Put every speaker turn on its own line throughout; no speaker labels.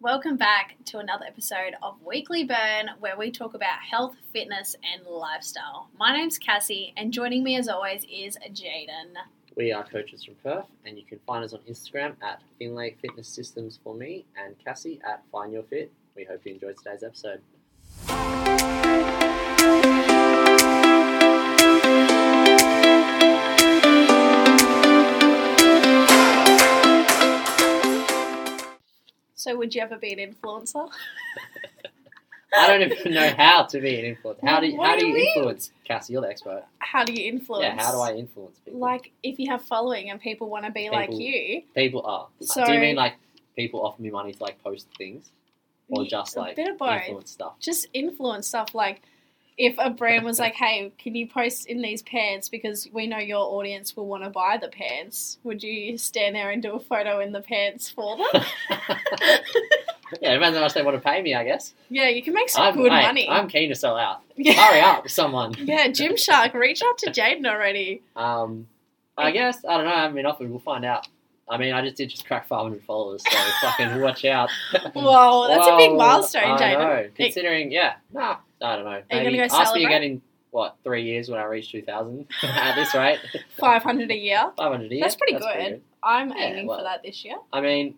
Welcome back to another episode of Weekly Burn, where we talk about health, fitness, and lifestyle. My name's Cassie, and joining me as always is Jaden.
We are coaches from Perth, and you can find us on Instagram at Finlay Fitness Systems for me and Cassie at Find Your Fit. We hope you enjoyed today's episode.
So, would you ever be an influencer?
I don't even know how to be an influence. How do you,
What
how
do
do
you
you
mean?
influence? Cassie, you're the expert.
How do you influence?
Yeah, how do I influence people?
Like, if you have following and people want to be like
People-
you,
people are.
So-
do you mean like people offer me money to like post things, or
you-
just
a
like
bit of both.
influence stuff?
just influence stuff like if a brand was like, "Hey, can you post in these pants because we know your audience will want to buy the pants?" Would you stand there and do a photo in the pants for them?
yeah, depends how much they want to pay me. I guess.
yeah, you can make some
I'm,
good
hey,
money.
I'm keen to sell out.
yeah.
Hurry up, someone.
Yeah, Gymshark, reach out to Jaden already.
Um, I guess I don't know. I haven't been offered. We'll find out. I mean, I just did just crack 500 followers, so fucking watch out.
Whoa, that's a big
Whoa,
milestone,
I
Jaden.
know. Considering, yeah, nah, I don't know.
gonna
Maybe
go
ask
celebrate?
me again in what three years when I reach 2,000 at this rate,
500 a year.
500 a year.
That's pretty good. I'm
Yeah,
aiming for
well.
that this year.
I mean,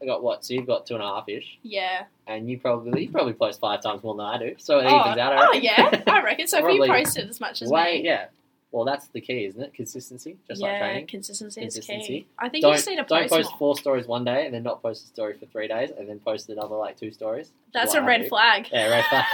I got what? So you've got two and a half ish,
Yeah.
and you probably you probably post five times more than I do, so it
oh,
evens out. I
oh,
reckon.
yeah, I reckon. So if you
Probably
posted as much as
Way,
me.
yeah. Well, that's the key, isn't it? Consistency, just
yeah,
like training.
consistency, is key.
Consistency.
I think you
don't,
just need to
don't
post,
post
more.
four stories one day and then not post a story for three days and then post another like two stories. which is
That's
what
a
I
red
do.
flag.
Yeah, red flag.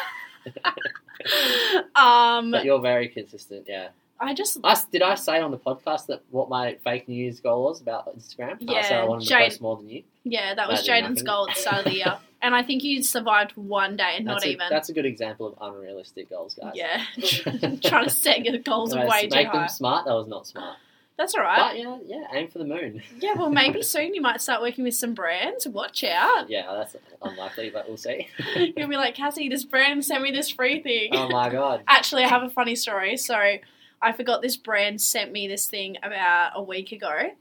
um,
But you're very consistent. Yeah.
I just
I s did I say on the podcast that what my fake news goal was about Instagram? Uh, I said
Yeah,
I wanted
Jade-
to post more than you.
yeah, that was
That did
Jaden's
nothing.
goal at the start of the year, and I think you survived one day, and not
that's a,
even.
That's a good example of unrealistic goals, guys.
yeah, trying to set your goals
Guys,
way too
make them
high.
smart. That was not smart.
That's all right.
But yeah, yeah, aim for the moon.
Yeah, well, maybe soon you might start working with some brands. Watch out.
Yeah, that's unlikely, but we'll see.
You'll be like, Cassie, this brand sent me this free thing.
Oh my god.
Actually, I have a funny story. So I forgot this brand sent me this thing about a week ago.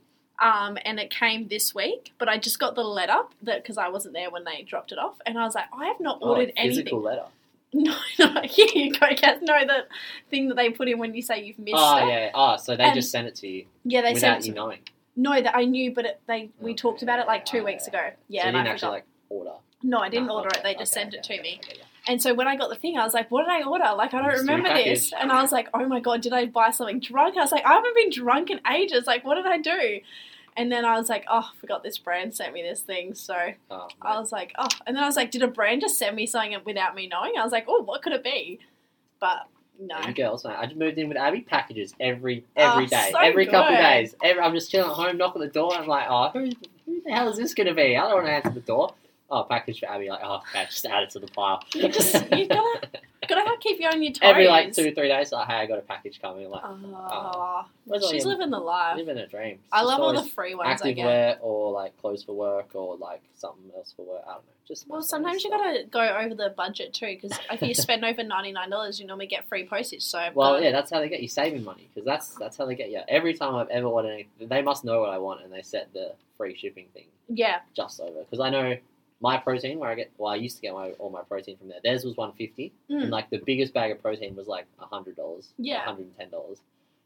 Um, and it came this week, but I just got the letter that because I wasn't there when they dropped it off, and I was like, I have not
Oh,
ordered
physical
anything.
letter.
No, no, here you go, Cass. No, the thing that they put in when you say you've missed
Oh
it. Yeah,
yeah. Oh, so they
And
just sent it to you
they
without
sent
you
it.
knowing.
No, that I knew, but it, they we
Okay,
talked about it like two
yeah,
weeks
yeah,
ago. Yeah,
so you
and I
didn't
forgot.
actually like order.
no, I didn't
Ah,
order it.
okay,
They just
okay,
sent it
okay,
to me.
okay, okay,
And so when I got the thing, I was like, what did I order? Like, I don't
It's a
remember this.
package.
And I was like, oh my God, did I buy something drunk? I was like, I haven't been drunk in ages. Like, what did I do? And then I was like, oh, I forgot this brand sent me this thing. So
yeah. Oh,
I was like, oh. And then I was like, did a brand just send me something without me knowing? I was like, oh, what could it be? But no.
You girls, mate. I just moved in with Abby packages every every
Oh,
day,
so
every couple
good.
days. Every, I'm just chilling at home, knock at the door. I'm like, oh, who, who the hell is this gonna be? I don't want to answer the door. Oh, package for Abby. Like, oh, okay, just add it to the pile.
You just, you gotta, gotta have- keep you on your toes.
every like two three days, like, hey, I got a package coming. Like,
Oh,
where's all
she's
your-
living the life.
living a dream. It's
I
just
love all the
always
free ones I
active
get.
wear or like clothes for work or like something else for work. I don't know. Just
Well,
nice
sometimes you
stuff.
gotta go over the budget too, because if you spend over ninety nine dollars, you normally get free postage. So I've
Well,
got-
yeah, that's how they get you saving money because that's that's how they get you. Every time I've ever ordered anything, they must know what I want and they set the free shipping thing
yeah,
just over because I know my protein where I get well I used to get my all my protein from there. Theirs was one fifty
Mm.
and like the biggest bag of protein was like hundred dollars,
Yeah.
hundred and ten dollars,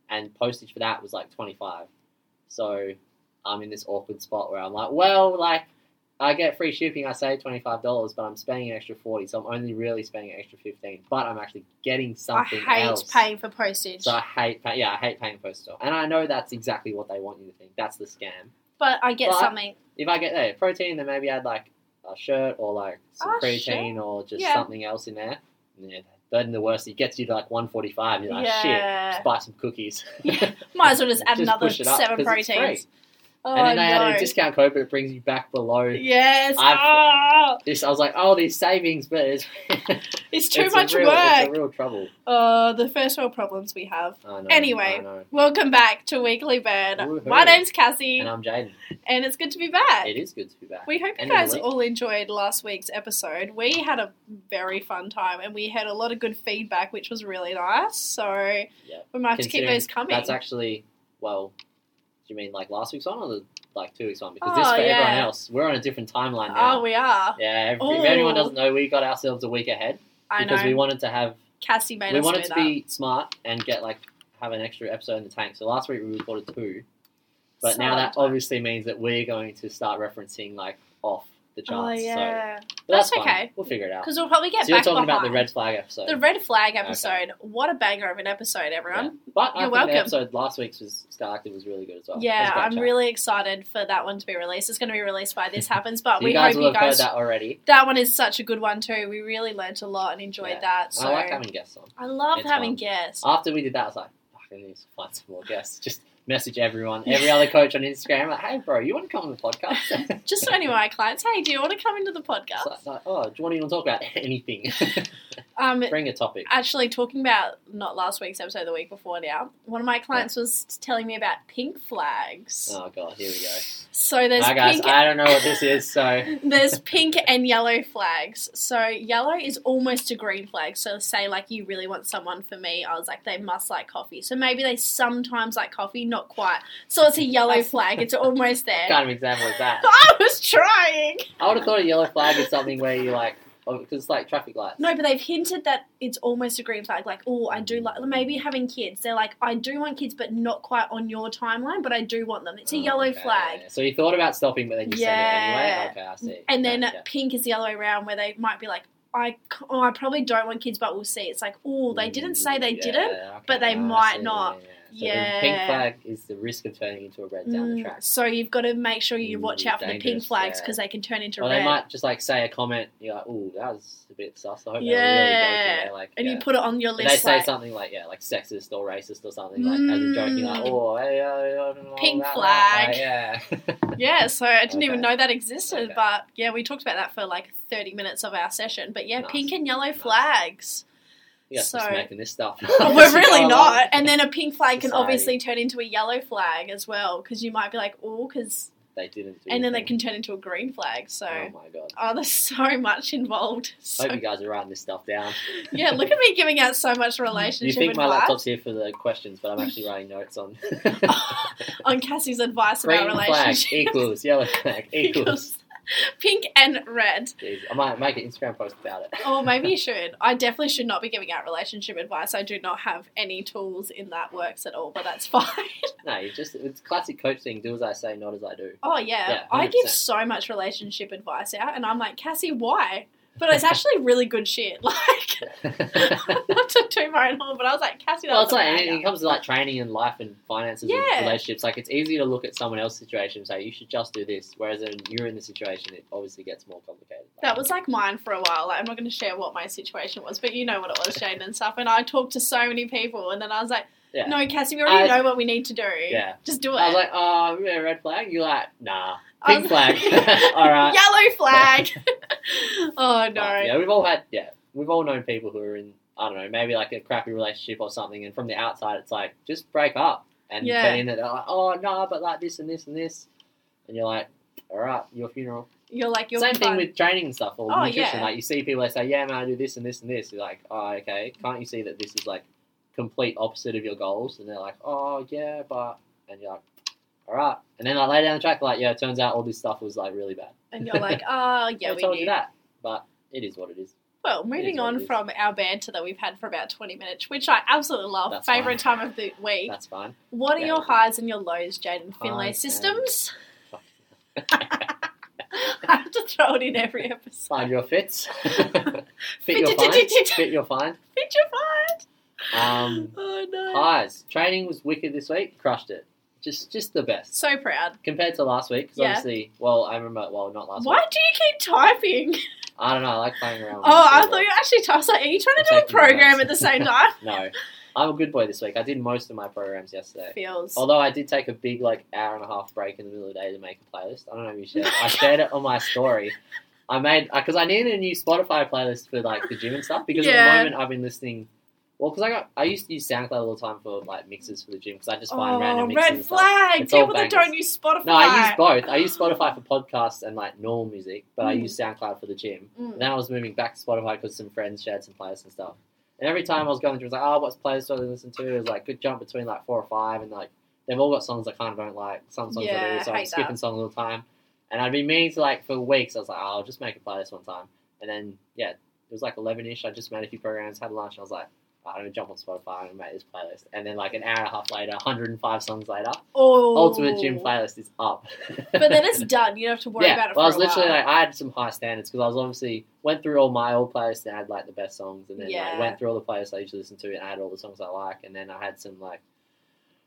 and postage for that was like twenty five. So I'm in this awkward spot where I'm like, well, like. I get free shipping. I save twenty five dollars, but I'm spending an extra forty, so I'm only really spending an extra fifteen. But I'm actually getting
I
something
hate
else.
paying for postage.
So I hate, pay- yeah, I hate paying postal, and I know that's exactly what they want you to think. That's the scam.
but I get
But-
something.
If I get hey, protein, then maybe I'd like a shirt or like some
Oh,
creatine or just
Yeah.
something else in there. Yeah, then the worst, it gets you to like one forty five. You're like, shit,
yeah,
just buy some cookies.
might as well just add
Just
another
push it up,
seven
'cause it's free.
proteins. Oh
and then they
no!
added a discount code, but it brings you back below
yes,
I've-
oh,
this. I was like, oh, these savings, but it's
it's too
it's a
much
real, It's a
work.
real trouble.
Oh, the first world problems we have.
I know,
Anyway.
I know.
Welcome back to Weekly Bird.
Woohoo.
My name's Cassie,
and I'm Jaden.
and it's good to be back.
It is good to be back.
We hope you
And
guys
Emily.
all enjoyed last week's episode. We had a very fun time and we had a lot of good feedback, which was really nice. So we might have to keep
Considering
those coming.
That's actually well. Do you mean like last week's one or the like two weeks one because this
Oh,
for everyone
yeah.
else. We're on a different timeline now.
Oh, we are.
yeah, if, if anyone
Oh.
doesn't know, we got ourselves a week ahead
I
because
know.
we wanted to have
Cassie made
we
us do
wanted to
that.
be smart and get like have an extra episode in the tank. So last week we recorded two, but
So
now that
much fun.
obviously means that we're going to start referencing like off the
Oh
charts. So
yeah,
but that's,
That's
fine.
okay.
We'll figure it out.
because we'll probably get
So you're
back
talking
behind.
about the red flag episode.
The red flag
Okay.
episode. What a banger of an episode, everyone.
But I
You're
think
welcome.
the episode last week's was Sky Active was really good as well. That was
Yeah,
a great
I'm
chat.
really excited for that one to be released. It's going to be released by this happens,
So
but Uh,
you
we
guys
hope
will
you
have heard
guys.
that already.
That one is such a good one too. We really learnt a lot and enjoyed
Yeah.
that. So
I like having guests on.
I love
It's
having
fun.
guests.
After we did that, I was like, "Fuck, I need to find some more guests. Just message everyone, every other coach on Instagram, like, hey, bro, you want to come on the podcast?
Just so any of my clients, hey, do you want to come into the
It's
podcast?
like, like, oh, do you want to even talk about anything?
Um,
Bring a topic.
actually talking about not last week's episode, the week before now. One of my clients was telling me about pink flags.
Oh god, here we go.
So there's
Hi guys,
pink.
I don't know what this is, so
There's pink and yellow flags. So yellow is almost a green flag. So say like you really want someone for me, I was like they must like coffee. So maybe they sometimes like coffee, not quite. So it's a yellow flag. It's almost there.
kind of example is that.
I was trying.
I would have thought a yellow flag is something where you like, because it's like traffic lights.
No, but they've hinted that it's almost a green flag. Like, oh, I do like maybe having kids. They're like, I do want kids, but not quite on your timeline. But I do want them. It's a
Oh,
yellow
okay,
flag.
yeah. So you thought about stopping, but then you
Yeah.
said it anyway. Okay, I see.
And then
Yeah, yeah.
pink is the other way around, where they might be like, I, c- oh, I probably don't want kids, but we'll see. It's like, oh, they didn't say they
Mm, Yeah,
didn't.
okay,
but they
I
might
see,
not.
yeah, yeah. So the pink
Yeah.
flag is the risk of turning into a red down the
Mm,
track.
so you've got to make sure you watch
Ooh,
out for the pink
dangerous,
flags
yeah.
because they can turn into
Or
red.
they might just like say a comment. You're like, "Ooh, that was a bit sus." I hope they really
Yeah.
go for it. Like,
and
yeah.
you put it on your
But they
list.
say
like,
something like, "Yeah, like sexist or racist or something," like as a joke. You're like,
Mm.
"Oh, hey, uh, I don't know
Pink
about
flag.
That. Like, yeah.
yeah, so I didn't even
Okay.
know that existed,
Okay.
but yeah, we talked about that for like 30 minutes of our session. But yeah,
Nice.
pink and yellow
Nice.
flags.
you guys are just
So-
making this stuff.
Well,
as
we're
you go
really
along.
not. And then a pink flag can
Society.
obviously turn into a yellow flag as well because you might be like, oh, because.
They didn't. Do
And then they
anything.
can turn into a green flag. So,
Oh my god.
oh, there's so much involved. So,
Hope you guys are writing this stuff down.
yeah, look at me giving out so much
You
relationship
think my
advice.
laptop's here for the questions, but I'm actually writing notes on
on Cassie's advice
green
about
flag
relationships.
equals yellow flag equals.
Because pink and red.
Jeez, I might make an Instagram post about it.
Oh, maybe you should. I definitely should not be giving out relationship advice. I do not have any tools in that works at all, but that's fine.
no, you just it's classic coach thing. Do as I say, not as I do.
Oh yeah,
Yeah,
I give
100%.
so much relationship advice out, and I'm like Cassie, why? But it's actually really good shit. Like not to toot my own horn, but I was like Cassie,
well,
that's
it's
a
like when
banger.
it comes to like training and life and finances
Yeah.
and relationships. Like it's easy to look at someone else's situation and say you should just do this, whereas when you're in the situation, it obviously gets more complicated. Like,
That was like mine for a while. Like, I'm not going to share what my situation was, but you know what it was, Shane and stuff. And I talked to so many people, and then I was like,
Yeah.
"No, Cassie, we already
I-
know what we need to do.
Yeah.
just do it."
I was like, oh, yeah, red flag. You're like, nah,
I
pink
was
flag.
like-
All right.
Yellow flag. oh no.
But, yeah, we've all had yeah, we've all known people who are in I don't know, maybe like a crappy relationship or something, and from the outside it's like just break up. And
Yeah.
but in it they're like, oh no, but like this and this and this, and you're like, all right, your funeral.
You're like you're
Same
fine.
thing with training and stuff or
Oh,
nutrition.
yeah.
Like you see people that say, yeah, man, I do this and this and this. You're like, oh okay, can't you see that this is like complete opposite of your goals? And they're like, oh yeah, but and you're like. All right, and then like later down the track, like yeah, it turns out all this stuff was like really bad.
and you're like, oh yeah,
I
we
told
knew.
you that, but it is what it is.
Well,
is
moving
what it
on
is.
from our banter that we've had for about 20 minutes, which I absolutely love,
That's
favorite time of the week.
That's fine.
what are
yeah.
your highs and your lows, Jaden Finlay?
Highs and-
Systems. I have to throw it in every episode.
Find your fits. fit your find.
Fit
fit your find.
your find.
Um,
Oh no.
highs. Training was wicked this week. Crushed it. Just, just the best
So proud.
compared to last week. 'cause
Yeah.
obviously, well, I remember. Well, not last
Why
week.
do you keep typing?
I don't know. I like playing around. with
Oh, I
this
thought
keyboard.
you actually typed. I was like, are you trying to do
I'm
a
taking notes.
program at the same time?
No, I'm a good boy this week. I did most of my programs yesterday.
Feels.
Although I did take a big like hour and a half break in the middle of the day to make a playlist. I don't know if you shared. it. I shared it on my story. I made because I needed a new Spotify playlist for like the gym and stuff because at
Yeah.
the moment I've been listening. Well, because I got I used to use SoundCloud all the time for like mixes for the gym because I just find
Oh,
random mixes.
red
and stuff.
flag.
It's all
People that
bangers.
don't use Spotify.
No, I use both. I use Spotify for podcasts and like normal music, but I
Mm.
use SoundCloud for the gym.
Mm.
And then I was moving back to Spotify because some friends shared some playlists and stuff. And every time I was going through, it was like, oh, what's playlist do I listen to? It was like, good jump between like four or five, and like they've all got songs I kind of don't like. Some songs I
Yeah,
do, so
I
I'm
hate
skipping
that.
songs all the time. And I'd be meaning to like for weeks. I was like, oh, I'll just make a playlist one time. And then yeah, it was like eleven ish. I just made a few programs, had lunch, and I was like, oh, I'm gonna jump on Spotify and make this playlist. And then like an hour and a half later, 105 songs later,
Oh,
Ultimate Gym playlist is up.
But then it's done. You don't have to worry
yeah,
about it. For
well, I was
a
literally
while.
like, I had some high standards because I was obviously went through all my old playlists and I had like the best songs, and then like
Yeah.
went through all the playlists I used to listen to and I had all the songs I like, and then I had some like,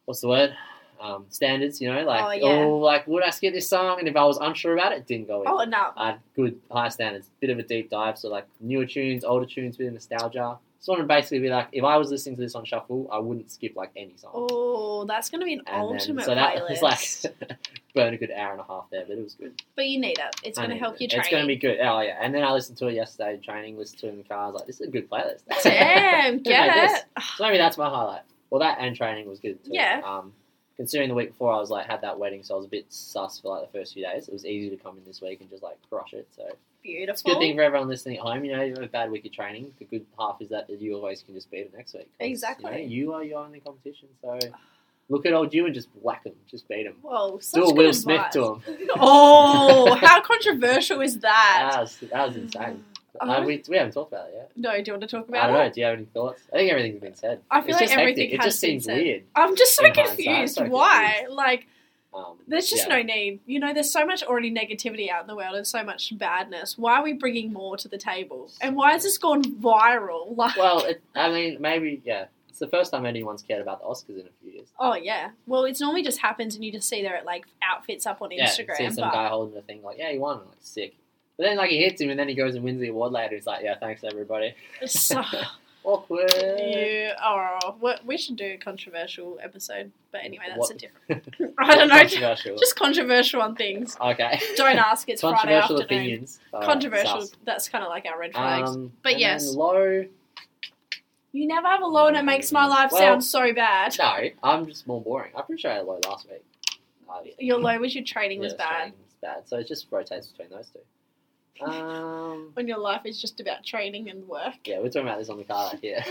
what's the word? Um, standards, you know, like
Oh,
oh,
yeah.
like would I skip this song? And if I was unsure about it, it didn't go in.
oh no,
I had good high standards, bit of a deep dive, so like newer tunes, older tunes, bit of nostalgia. So to basically be like, if I was listening to this on shuffle, I wouldn't skip like any song.
oh, that's gonna be an
And then-
ultimate
so that
playlist.
was like burn a good hour and a half there, but it was good.
but you need it. It's
I
gonna
mean,
help your
It's going to
training.
be good. Oh yeah. And then I listened to it yesterday in training, listened to it in the car. I was like, this is a good playlist.
Damn,
made
get
this?
it.
so maybe that's my highlight. Well, that and training was good too.
Yeah.
Um, considering the week before I was like had that wedding, so I was a bit sus for like the first few days. It was easy to come in this week and just like crush it. So it's a
Beautiful.
good thing for everyone listening at home. You know, you have a bad week of training. The good half is that you always can just beat it next week. 'Cause,
Exactly.
You, know, you are your only competition. So look at old you and just whack him, just beat him.
Whoa, such
Do a
good
Will
advice.
Smith to him.
Oh, how controversial is that? Oh,
That was, that was insane.
I
Uh,
don't-
we, we haven't talked about it yet.
no, do you want to talk
I
about
don't know.
it?
Do you have any thoughts? I think everything's been said.
I feel
It's
like
just
everything
hectic. It
has
just
been
seems
said.
weird.
I'm just so
In hindsight,
confused.
so
Why?
confused.
Like,
Um,
there's just
yeah.
no need. You know, there's so much already negativity out in the world and so much badness. Why are we bringing more to the table? And why has this gone viral? Like,
Well, it, I mean, maybe yeah. It's the first time anyone's cared about the Oscars in a few years.
oh yeah. Well, it's normally just happens, and you just see their like outfits up on
Yeah,
Instagram.
see some
but
guy holding the thing like, yeah, he won. I'm like, sick. But then like he hits him, and then he goes and wins the award later. He's like, yeah, thanks everybody.
it's so
Awkward.
you. Oh, we- we should do a controversial episode. But anyway, that's
What-
a different. I don't know.
Controversial.
Just controversial on things.
okay.
Don't ask. It's Friday
controversial
afternoon.
opinions. All right,
Controversial.
sus.
that's kind of like our red flags.
Um,
But
and
yes.
then low.
you never have a low, and it makes my life
mm, Well-
sound so bad.
No, I'm just more boring. I'm pretty sure I had low last week. Uh,
Your low was your training
Yeah,
was
it's
bad.
training. It's bad. So it just rotates between those two. Um,
When your life is just about training and work.
yeah, we're talking about this on the car here.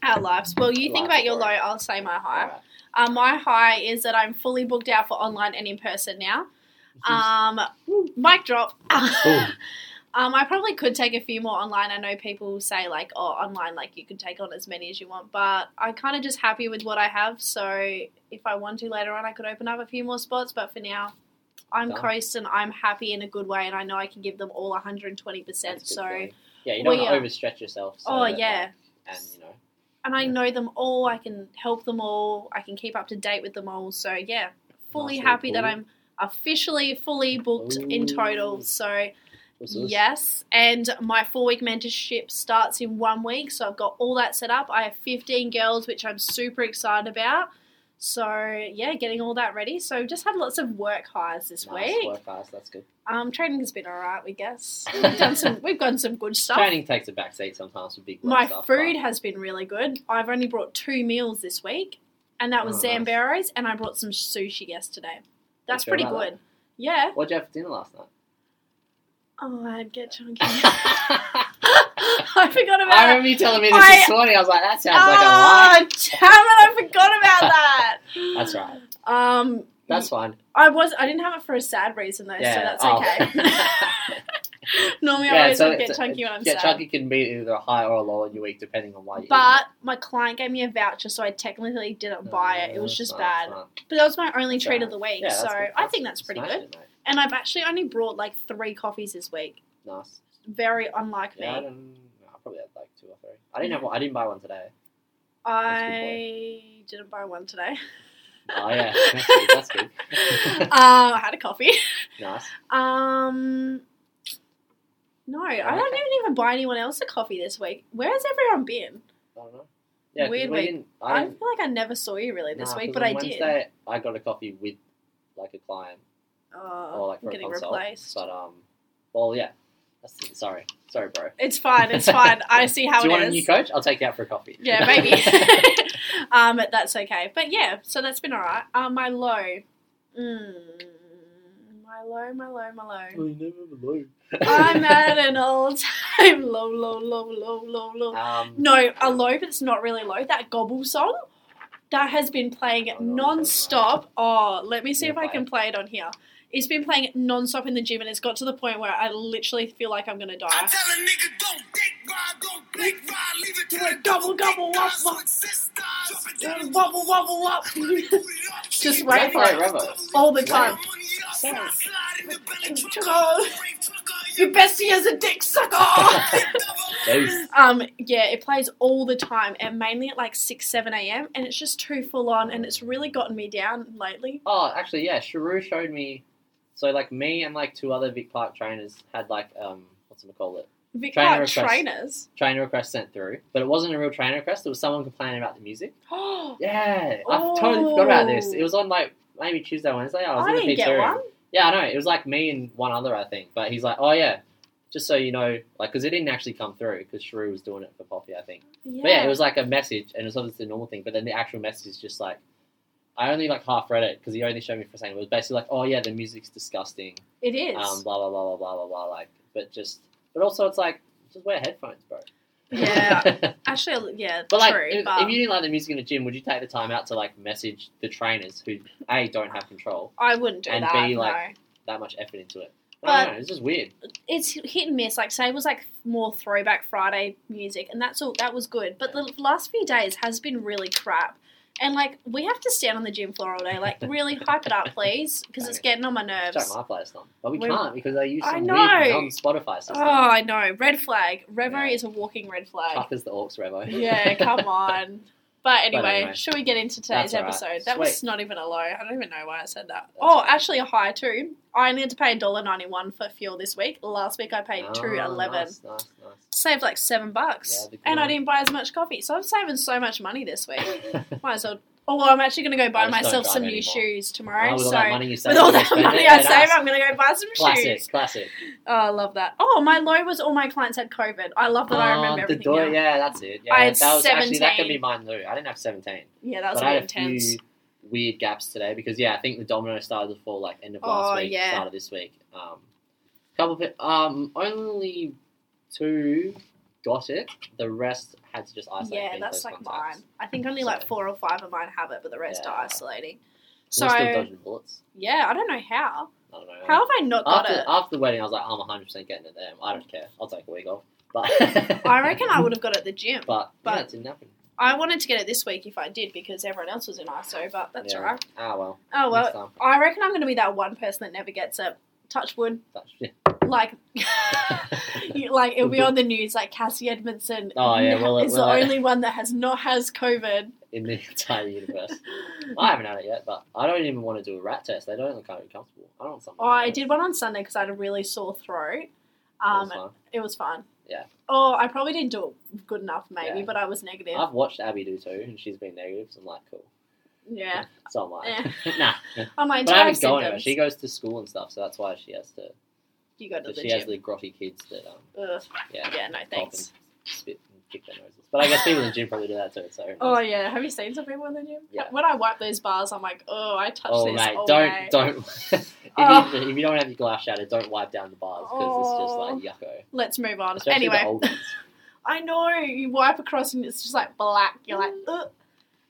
Our lives. Well, you think
Life
about
is
your low,
boring.
I'll say my high. Um, my high is that I'm fully booked out for online and in person now. Um, mic drop. um, I probably could take a few more online. I know people say like, oh, online, like you could take on as many as you want, but I'm kind of just happy with what I have. So if I want to later on, I could open up a few more spots, but for now, I'm
Done.
coasting. I'm happy in a good way, and I know I can give them all 120%. So,
yeah, you
Well,
don't want
yeah.
to overstretch yourself. So
oh,
that, like,
yeah.
and you know,
and I know them all. I can help them all. I can keep up to date with them all. So yeah, fully
Nice little
happy that
pool.
I'm officially fully booked in
Ooh.
total. So
what's this?
yes, and my four week mentorship starts in one week. So I've got all that set up. I have 15 girls, which I'm super excited about. So yeah, getting all that ready. So just had lots of work hires this
Nice
week.
work fast. That's good.
Um, training has been alright, we guess. We've done some. We've done some good stuff.
Training takes a back seat sometimes for big work
My
stuff,
food has been really good. I've only brought two meals this week, and that was
Oh, nice.
Zamberos, and I brought some sushi yesterday. That's
sure
pretty
about
good. Yeah.
But what'd you have for dinner last night?
Oh, I'd get chunky. I
I
forgot about
remember
it.
you telling me this
I-
this morning. I was like, that sounds like a
oh,
lie.
damn it! I forgot about that.
That's right.
Um,
That's fine.
I was. I didn't have it for a sad reason though,
Yeah.
so that's okay.
Oh.
Normally, I
Yeah,
always
so
get
it's-
chunky when I'm
yeah,
sad.
chunky can be either a high or a low in your week, depending on why. You're
But my client gave me a voucher, so I technically didn't
eating
buy it. It
Uh,
was just
that's
bad.
fine.
But that was my only
That's
treat
alright.
of the week,
Yeah, that's
so
good.
I think that's pretty
smash
good.
it, mate.
And I've actually only brought like three coffees this week.
Nice.
Very unlike
Yeah, I
me. Mm.
don't. no, I probably had like two or three. I didn't have. one- I didn't buy one today.
I didn't buy one today.
Oh yeah, that's good. That's good.
um, I had a coffee.
nice.
Um, no, I don't
Okay.
even even buy anyone else a coffee this week. Where has everyone been?
I don't know. Yeah, 'cause
Weird
we
week.
didn't.
I,
I
feel
didn't,
like I never saw you really this
nah,
week, but
'cause on
I did.
Wednesday, I got a coffee with like a client
Oh,
or like
I'm
for a
getting
consult.
replaced.
But um, well yeah. That's, sorry, sorry, bro.
It's fine. It's fine. I see how
Do
it
you want
is.
a new coach? I'll take you out for a coffee.
Yeah, maybe. um, but that's okay. But yeah, so that's been alright. Um, my low. Mm, my low, my low, my low.
you never know.
I'm uh, at an all time low, low, low, low, low, low.
Um,
No, a low, but it's not really low. That gobble song. that has been playing
Oh, no,
non
it's
stop. Oh, let me see
You
if I
play
can
it.
play it on here. It's been playing non stop in the gym and it's got to the point where I literally feel like I'm gonna
I
die.
tell a nigga don't dick ride, don't blink ride, leave it to a double double up, wobble wobble up,
Just
right there.
All the time.
Sorry.
Your bestie is a dick sucker.
Jeez.
um, yeah, it plays all the time and mainly at like six, seven a.m. and it's just too full on and it's really gotten me down lately.
Oh, actually, yeah. Sharu showed me. So, like, me and like two other Vic Park trainers had like um, what's it called? It
Vic
Trainer
Park
request.
trainers.
trainer request sent through, but it wasn't a real trainer request. It was someone complaining about the music.
Oh,
Yeah, I totally forgot about this. It was on like maybe Tuesday, Wednesday. I was
I
in the
didn't get
pizzeria.
one.
Yeah, I know. It was like me and one other, I think. But he's like, oh yeah, just so you know, like, because it didn't actually come through because Shrew was doing it for Poppy, I think.
Yeah.
But yeah, it was like a message, and it was obviously a normal thing. But then the actual message is just like, I only like half read it because he only showed me for a second. It was basically like, oh yeah, the music's disgusting.
It is.
Um, blah blah blah blah blah blah blah. Like, but just, but also it's like, just wear headphones, bro.
Yeah. Actually, yeah,
But like,
true.
if,
but
if you didn't like the music in the gym, would you take the time out to like message the trainers who a don't have control
I wouldn't do
and
that.
be like-
no.
that much effort into it? I don't
But-
know. It's just weird.
It's hit and miss. Like, say it was like more throwback Friday music, and that's all. That was good. But the last few days has been really crap. And like, we have to stand on the gym floor all day. Like, really hype it up, please, because it's
Okay.
getting on my
Chuck
nerves.
my playlist on, but we
We-
can't because they use
I
some weird
know.
non-Spotify
Oh,
system.
I know. Red flag. Revo
Yeah.
is a walking red flag.
Chuck is the Orcs Revo.
yeah, come on. But anyway,
anyway.
should we get into today's
That's all right.
episode? That was
Sweet.
not even a low. I don't even know why I said that.
That's
oh,
all right.
actually a high too. I only had to pay $1.91 for fuel this week. Last week I paid
Ah,
two eleven.
Nice, nice, nice.
Saved like seven bucks.
Yeah, good
and I
one.
didn't buy as much coffee. So I'm saving so much money this week. Might as well Oh well, I'm actually gonna go buy
I just don't
myself
drive
some new
anymore.
shoes tomorrow.
Oh, with
so
all that money you save,
with all
you
that
spend
money
it,
I
it
save,
adds.
I'm gonna go buy some
Classic,
shoes.
classic.
Oh, I love that. Oh, my low was all my clients had COVID. I love that I
Ah,
remember
the
everything.
door,
now.
yeah. that's it. Yeah,
I had
that was actually
17.
that could be mine, Lou. I didn't have seventeen.
Yeah, that was
but
a
I
bit
had a
intense.
few weird gaps today because yeah, I think the domino started to fall like end of
Oh,
last week,
yeah.
start of this week. Um, couple of pe- um only two got it. The rest had to just isolate.
Yeah,
clean
that's
close
like
contacts.
mine. I think only
So-
like four or five of mine have it, but the rest
Yeah.
are isolating.
So
So
We're still dodging bullets.
yeah, I don't know how.
I don't know.
How have I not got
after
it?
after the wedding, I was like, I'm 100 percent getting it there. I don't care. I'll take a week off. But
I reckon I would have got it at the gym.
But,
but-
yeah, it didn't happen.
I wanted to get it this week if I did because everyone else was in ISO, but that's
Yeah.
alright.
Ah well.
Oh well,
Next time.
I reckon I'm going to be that one person that never gets it. Touch wood,
That's- yeah.
like, you- like it'll be on the news. Like Cassie Edmondson
Oh, yeah,
n-
well, it-
is
well,
the
it-
only one that has not has COVID.
in the entire universe. I haven't had it yet, but I don't even want to do a rat test. They don't look kind of comfortable. I don't want something.
Oh, I did one on Sunday because I had a really sore throat. Um, It was fun.
Yeah.
Oh, I probably didn't do it good enough, maybe,
Yeah.
but I was negative.
I've watched Abby do too, and she's been negative. So I'm like, cool.
yeah.
So I'm like,
Eh.
nah.
On my
But I
entire
haven't gone.
symptoms.
She goes to school and stuff, so that's why she has to.
you go to
But
the
she
gym.
has the grotty kids that um,
Ugh.
yeah,
Yeah, no
cough
thanks.
and spit and kick their noses. But I guess people in the gym probably do that too. So
Oh yeah, have you seen some people in the gym?
Yeah.
When I wipe those bars, I'm like, oh, I touched
Oh,
this.
mate,
all
don't
day.
don't. if,
Oh.
you, if you don't have your glass shattered, don't wipe down the bars because it's just like yucko.
Let's move on.
Especially
Oh. anyway,
the old ones.
I know you wipe across and it's just like black. You're like, ugh.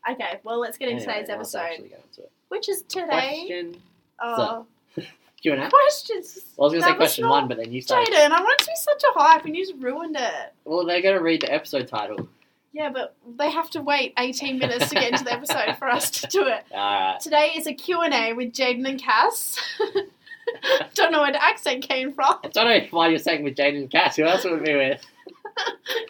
Okay, well, let's get into
Anyway,
today's
now let's
episode,
actually get into it.
which is today.
Question.
Oh,
Q and A.
questions.
Well, I was going to
That
say question
not-
one, but then you started.
Jaden, I wanted to be such a hype and you just ruined it.
Well, they're going to read the episode title.
Yeah, but they have to wait 18 minutes to get into the episode for us to do it.
Alright.
Today is a Q&A with Jaden and Cass. Don't know where the accent came from.
I don't know why you're saying with Jaden and Cass. Who else would it be with?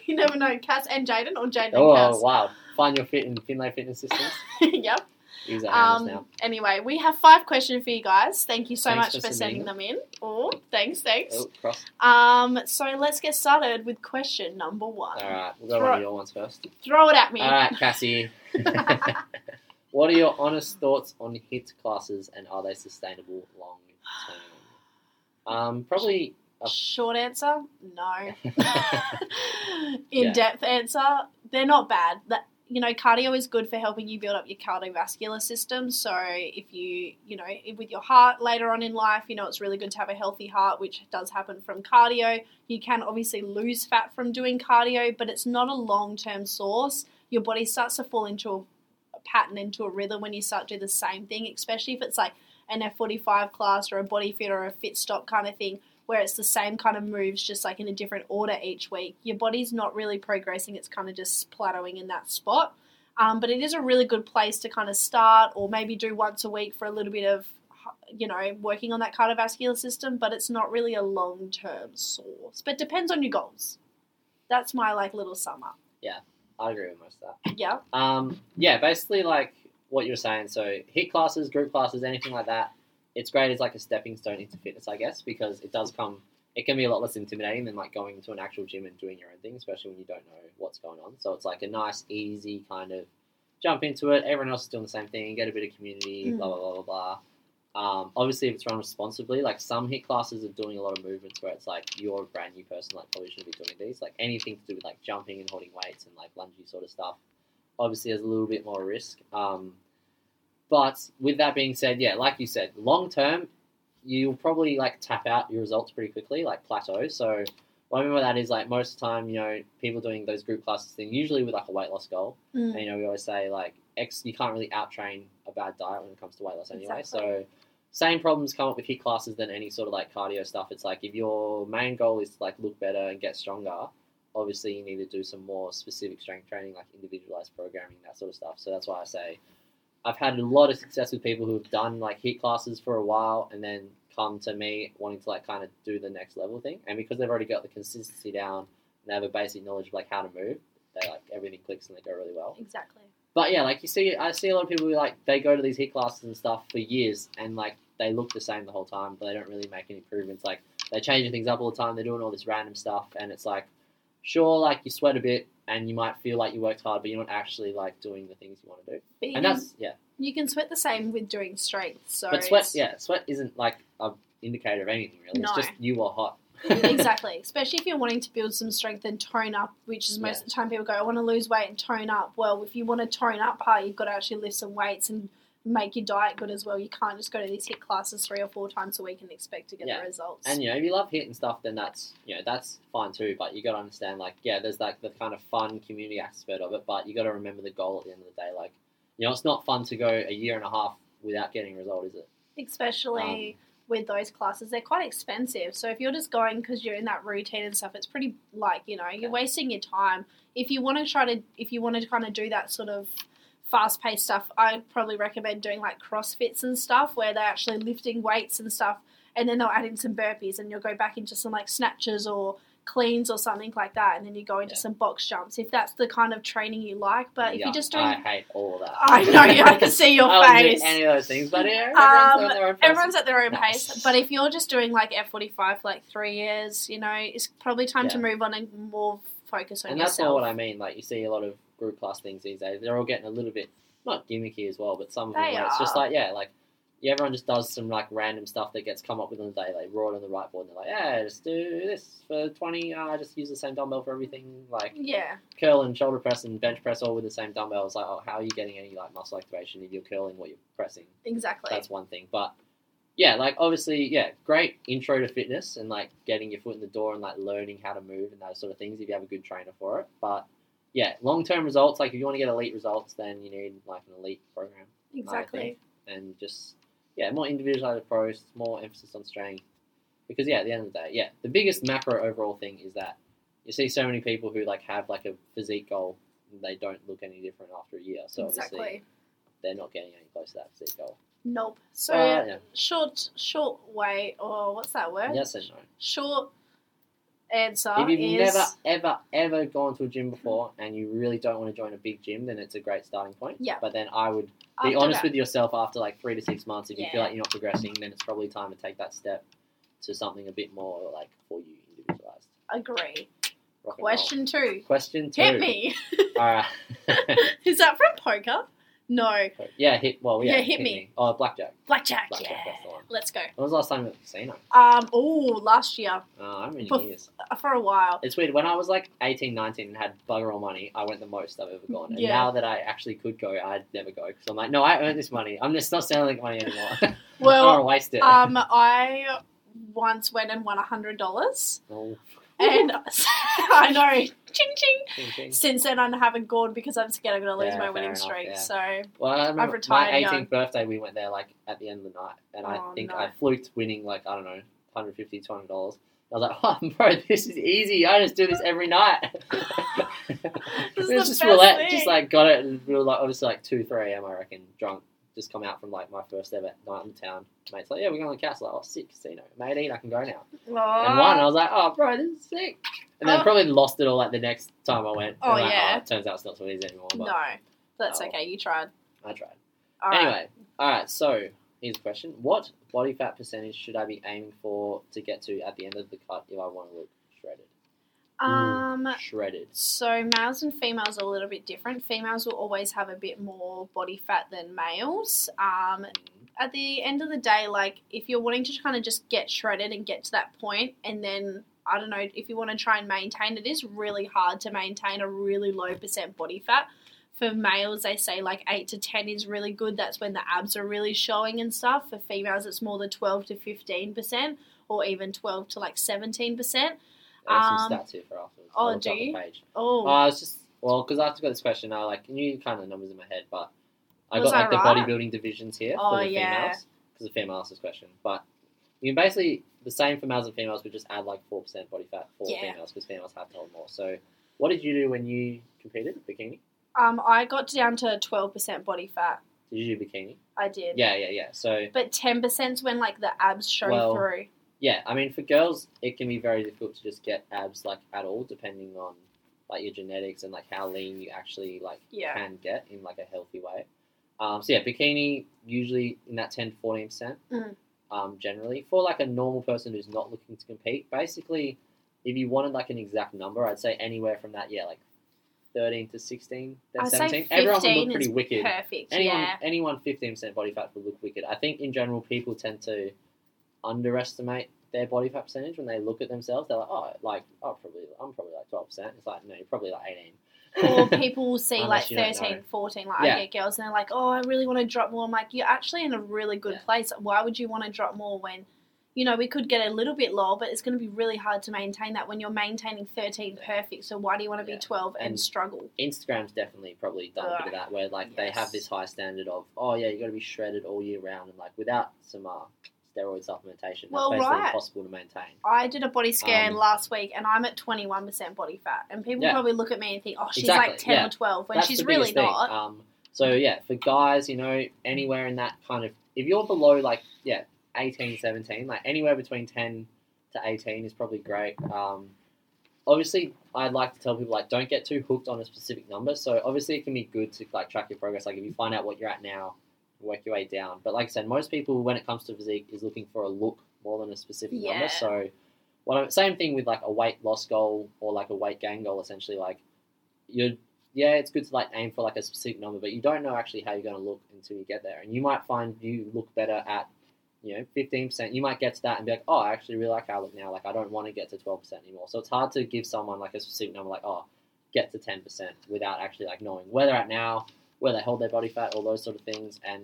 You never know, Cass and Jaden or Jaden
Oh,
and
wow. Find your fit in Finlay Fitness Systems.
Cass. yep.
Use our hands now.
Um, anyway, we have five questions for you guys. Thank you so
Thanks
much
for
for sending
sending
them in. Oh, thanks, thanks.
Oh, cross.
Um, so let's get started with question number one.
Alright, we'll go one of your ones first.
Throw it at uh, me.
Alright, Cassie. what are your honest thoughts on HIT classes and are they sustainable long term? Um, probably.
Short answer, no. in
Yeah.
depth answer, they're not bad. That you know, cardio is good for helping you build up your cardiovascular system. So if you you know if- with your heart later on in life, you know it's really good to have a healthy heart, which does happen from cardio. You can obviously lose fat from doing cardio, but it's not a long term source. Your body starts to fall into a pattern into a rhythm when you start to do the same thing, especially if it's like an F45 class or a body fit or a fit stop kind of thing, where it's the same kind of moves, just like in a different order each week. Your body's not really progressing, it's kind of just plateauing in that spot. Um, but it is a really good place to kind of start or maybe do once a week for a little bit of, you know, working on that cardiovascular system, but it's not really a long term source. But depends on your goals. That's my like little sum up.
I agree with most of
Yeah.
that. Um, yeah, basically like what you're saying. So hit classes, group classes, anything like that. It's great as like a stepping stone into fitness, I guess, because it does come. It can be a lot less intimidating than like going to an actual gym and doing your own thing, especially when you don't know what's going on. So it's like a nice, easy kind of jump into it. Everyone else is doing the same thing. Get a bit of community.
Mm.
Blah blah blah blah blah. Um, obviously, if it's run responsibly, like some hit classes are doing a lot of movements where it's like you're a brand new person, like probably shouldn't be doing these. Like anything to do with like jumping and holding weights and like lungy sort of stuff, obviously has a little bit more risk. Um, but with that being said, yeah, like you said, long term, you'll probably like tap out your results pretty quickly, like plateau. So what I mean by that is like most of the time, you know, people doing those group classes thing, usually with like a weight loss goal.
Mm.
And, you know, we always say like X, you can't really out train a bad diet when it comes to weight loss anyway.
Exactly.
So same problems come up with hit classes than any sort of like cardio stuff. It's like if your main goal is to like look better and get stronger, obviously you need to do some more specific strength training, like individualized programming, that sort of stuff. So that's why I say I've had a lot of success with people who've done like hit classes for a while and then come to me wanting to like kind of do the next level thing. And because they've already got the consistency down and they have a basic knowledge of like how to move, they like everything clicks and they go really well.
Exactly.
But yeah, like you see, I see a lot of people who like they go to these hit classes and stuff for years, and like they look the same the whole time, but they don't really make any improvements. Like they're changing things up all the time. They're doing all this random stuff, and it's like, sure, like you sweat a bit, and you might feel like you worked hard, but you're not actually like doing the things you want to do.
But you,
And
can-
that's yeah.
you can sweat the same with doing strength. So
But sweat,
it's-
yeah, sweat isn't like a indicator of anything really. It's
No.
just you are hot.
exactly. Especially if you're wanting to build some strength and tone up, which is most
Yeah.
of the time people go, I want to lose weight and tone up. Well, if you want to tone up high, you've got to actually lift some weights and make your diet good as well. You can't just go to these HIIT classes three or four times a week and expect to get
Yeah.
the results.
And you know, if you love hit and stuff, then that's you know that's fine too. But you got to understand, like, yeah, there's like the kind of fun community aspect of it, but you got to remember the goal at the end of the day. Like, you know, it's not fun to go a year and a half without getting a result, is it?
Especially
Um,
with those classes, they're quite expensive. So if you're just going because you're in that routine and stuff, it's pretty like you know
Yeah.
you're wasting your time. If you want to try to, if you want to kind of do that sort of fast paced stuff, I probably recommend doing like CrossFits and stuff where they're actually lifting weights and stuff, and then they'll add in some burpees and you'll go back into some like snatches or cleans or something like that, and then you go into
Yeah.
some box jumps if that's the kind of training you like. But if
Yuck,
you're just doing,
I
I,
hate all of that.
know I can see your
I wouldn't do
face.
any of those things, but yeah,
Um,
everyone's on their own pace.
Everyone's at their own
Nice.
pace, but if you're just doing like F45 for like three years, you know, it's probably time to
Yeah.
move on and more focus on
and that's
yourself.
not what I mean. Like you see a lot of group class things these days. They're all getting a little bit not gimmicky as well, but some of them
They
where it's just
are.
like yeah, like yeah, everyone just does some like random stuff that gets come up with on the day. Like raw on the right board, and they're like, yeah, just do this for twenty. Uh, just use the same dumbbell for everything. Like
yeah,
curl and shoulder press and bench press all with the same dumbbell. It's like, oh, how are you getting any like muscle activation if you're curling what you're pressing?
exactly.
that's one thing. But yeah, like obviously, yeah, great intro to fitness and like getting your foot in the door and like learning how to move and those sort of things if you have a good trainer for it. But yeah, long term results, like if you want to get elite results, then you need like an elite program
exactly.
and just yeah, more individualized approach, more emphasis on strength. Because yeah, at the end of the day, yeah, the biggest macro overall thing is that you see so many people who like have like a physique goal and they don't look any different after a year. So obviously
exactly.
they're not getting any close to that physique goal.
Nope. So
But, yeah.
short, short way, or what's that word?
Yes and no.
Short answer
If you've
is
never, ever, ever gone to a gym before and you really don't want to join a big gym, then it's a great starting point.
Yeah.
But then I would be
after
honest
that.
with yourself after like three to six months. If you feel
Yeah.
like you're not progressing, then it's probably time to take that step to something a bit more like for you individualized.
Agree.
Rock and roll.
Question two.
Question two.
Hit me.
All right.
is that from poker? No,
yeah, hit. Well, yeah.
Yeah, hit me.
Oh, blackjack.
blackjack.
Blackjack,
yeah,
that's the one.
let's go.
When was the last time you went to the casino?
Um. Oh, last year
Oh, I haven't
Bef-
in years.
for a while.
It's weird. When I was like 18, 19 and had bugger all money, I went the most I've ever gone. And
Yeah.
now that I actually could go, I'd never go. Because I'm like, no, I earned this money. I'm just not selling like money anymore. I
Well,
don't want to waste it.
Um, I once went and won hundred dollars,
Oh,
and I know, ching ching.
ching, ching.
Since then, I haven't gone because I'm scared I'm going to lose
Yeah,
my
fair
winning
enough,
streak.
yeah.
So
Well, I remember
retired
my
young.
18th birthday, we went there like at the end of the night, and
Oh,
I think
no.
I fluked winning like I don't know, 150 dollars. I was like, oh, bro, this is easy. I just do this every night.
This is
It was
the
just
best
roulette.
thing.
Just like got it, and we were like obviously like two, three a.m. I reckon, drunk. Just come out from like my first ever night in town. Mate's like, yeah, we're going to the castle. Like, oh, sick casino. I'm 18, I can go now. And won. I was like, oh, bro, this is sick. And then
Oh.
probably lost it all like the next time I went.
Oh,
And, like,
yeah.
it turns out it's not so easy anymore. But
no, that's
Oh.
okay. You tried.
I tried.
All right.
anyway, all right. So here's a question: What body fat percentage should I be aiming for to get to at the end of the cut if I want to look shredded?
Um.
Shredded.
So males and females are a little bit different. Females will always have a bit more body fat than males. Um,
Mm.
at the end of the day, like if you're wanting to kind of just get shredded and get to that point, and then I don't know if you want to try and maintain, it is really hard to maintain a really low percent body fat. For males, they say like eight to ten is really good. That's when the abs are really showing and stuff. For females, it's more the twelve to fifteen percent, or even twelve to like seventeen percent.
There's some
Um,
stats here for afterwards.
oh,
I looked
do
up the
you?
Page.
Oh,
Oh, I was just well because I have to go this question. I like knew kind of numbers in my head, but I
Was
got like
I right?
the bodybuilding divisions here
Oh,
for the
yeah.
females because the female asked this question, but. You can basically the same for males and females, but just add like four percent body fat for
Yeah.
females because females have to hold more. So, what did you do when you competed bikini?
um, I got down to twelve percent body fat.
Did you do bikini?
I did.
Yeah, yeah, yeah. So
But ten percent's when like the abs show
Well,
through.
yeah, I mean, for girls, it can be very difficult to just get abs like at all, depending on like your genetics and like how lean you actually like
Yeah.
can get in like a healthy way. Um, so yeah, bikini usually in that ten to fourteen percent.
Mm.
Um, generally, for like a normal person who's not looking to compete, basically, if you wanted like an exact number, I'd say anywhere from that, yeah, like thirteen to sixteen, then
I'd say
seventeen. Everyone would look
15
pretty
is
wicked.
Perfect.
anyone
Yeah.
anyone fifteen percent body fat would look wicked. I think in general people tend to underestimate their body fat percentage when they look at themselves. They're like, oh, like oh, probably I'm probably like twelve percent. It's like no, you're probably like eighteen.
or people will see like
Unless you don't
13,
know.
14, like
Yeah.
I get girls and they're like, oh, I really want to drop more. I'm like, you're actually in a really good
Yeah.
place. Why would you want to drop more when, you know, we could get a little bit lower, but it's going to be really hard to maintain that when you're maintaining 13 perfect. So why do you want to be
Yeah.
12 and,
And-
struggle?
Instagram's definitely probably done a bit of that where like they have
Yes.
this high standard of oh yeah, you got to be shredded all year round and like without some uh, steroid supplementation, that's
Well,
basically
right.
impossible to maintain.
I did a body scan
Um,
last week and I'm at 21% body fat. And people
Yeah.
probably look at me and think, oh, she's
Exactly,
like 10
yeah.
or 12 when
That's
she's
the
really
biggest thing.
not.
Um, so yeah, for guys, you know, anywhere in that kind of if you're below like yeah, 18, 17, like anywhere between 10 to 18 is probably great. Um, obviously, I'd like to tell people like don't get too hooked on a specific number. So obviously, it can be good to like track your progress. Like if you find out what you're at now, work your way down. But like I said, most people when it comes to physique is looking for a look more than a specific
Yeah.
number. So what I'm, same thing with like a weight loss goal or like a weight gain goal essentially like you're yeah it's good to like aim for like a specific number but you don't know actually how you're going to look until you get there and you might find you look better at you know 15% you might get to that and be like oh i actually really like how i look now like i don't want to get to 12% anymore so it's hard to give someone like a specific number like oh get to 10% without actually like knowing where they're at now where they hold their body fat all those sort of things and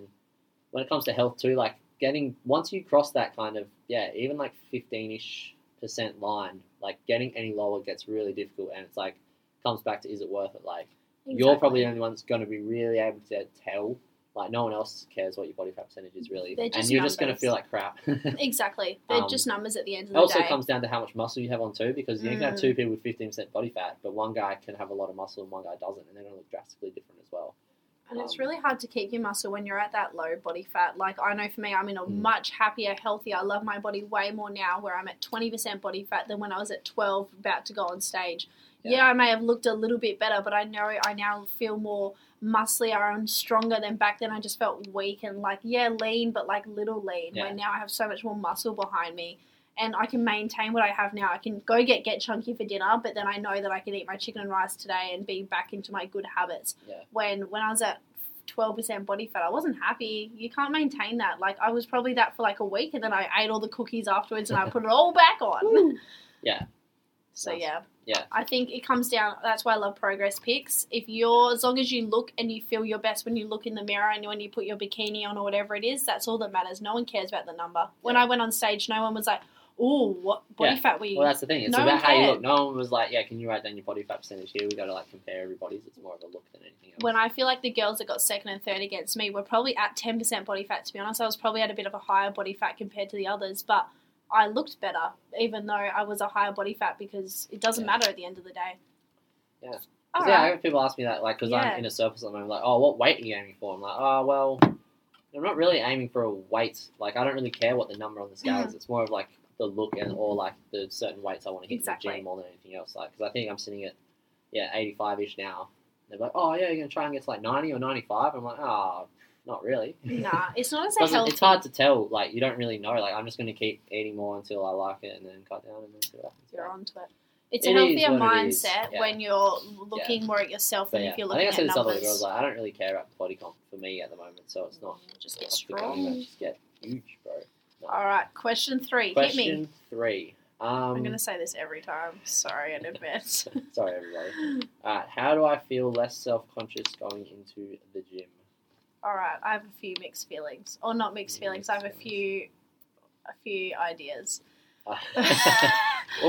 when it comes to health too like getting once you cross that kind of yeah even like 15ish percent line like getting any lower gets really difficult and it's like comes back to is it worth it like you're
Exactly.
probably the only one that's going to be really able to tell like no one else cares what your body fat percentage is really
They're
and
just
you're just going to
numbers.
feel like crap it
Exactly. They're
Um,
just numbers at the end of the
also
day.
comes down to how much muscle you have on too because you can have
Mm.
two people with 15% body fat but one guy can have a lot of muscle and one guy doesn't and they're going to look drastically different as well
And it's
Um,
really hard to keep your muscle when you're at that low body fat. Like I know for me, I'm in a
Mm.
much happier, healthier. I love my body way more now, where I'm at 20% body fat than when I was at 12, about to go on stage. Yeah,
Yeah.
I may have looked a little bit better, but I know I now feel more musclier and stronger than back then. I just felt weak and like yeah, lean, but like little lean.
Yeah.
Where now I have so much more muscle behind me. And I can maintain what I have now. I can go get get chunky for dinner, but then I know that I can eat my chicken and rice today and be back into my good habits when when I was at 12% body fat, I wasn't happy. You can't maintain that. Like I was probably that for like a week and then I ate all the cookies afterwards and I put it all back on.
Yeah.
So
Nice.
yeah.
Yeah.
I think it comes down that's why I love progress pics. If you're as long as you look and you feel your best when you look in the mirror and when you put your bikini on or whatever it is, that's all that matters. No one cares about the number. When
Yeah.
I went on stage, no one was like ooh, what body
Yeah.
fat we
Well, that's the thing. It's
No
about
one
how you
cared.
look. No one was like, yeah, can you write down your body fat percentage here? We got to like compare everybody's. It's more of a look than anything else.
when I feel like the girls that got second and third against me were probably at 10% body fat, to be honest. I was probably at a bit of a higher body fat compared to the others, but I looked better, even though I was a higher body fat because it doesn't
Yeah.
matter at the end of the day.
Yeah. 'Cause,
All
yeah, I
right.
have people ask me that, like, because
Yeah.
I'm in a surplus at the moment, like, oh, what weight are you aiming for? I'm like, oh, well, I'm not really aiming for a weight. Like, I don't really care what the number on the scale
Mm-hmm.
is. It's more of like the look and or like the certain weights I want to hit
Exactly.
in the gym more than anything else. Like, because I think I'm sitting at yeah, 85 ish now. They're like, oh yeah, you're gonna try and get to like 90 or 95. I'm like, oh, not really.
Nah, it's not as a
Doesn't-
healthy.
it's hard to tell. Like, you don't really know. Like, I'm just gonna keep eating more until I like it, and then cut down, and then do that.
you're onto it. It's
It
a
is
healthier
what it is,
mindset
yeah.
when you're looking more at yourself
But
than
yeah,
if you're
I
looking
think I said
at
this to other
numbers.
girls. Like, I don't really care about the body comp for me at the moment, so it's not.
Mm, just get
off the gun,
strong.
like, Just get huge, bro. No.
All right, question three.
Question
Hit me.
three. Um,
I'm gonna say this every time. Sorry in advance.
sorry, everybody. All right, how do I feel less self-conscious going into the gym?
All right, I have a few mixed feelings, or not mixed feelings. I have a few, a few ideas.
well,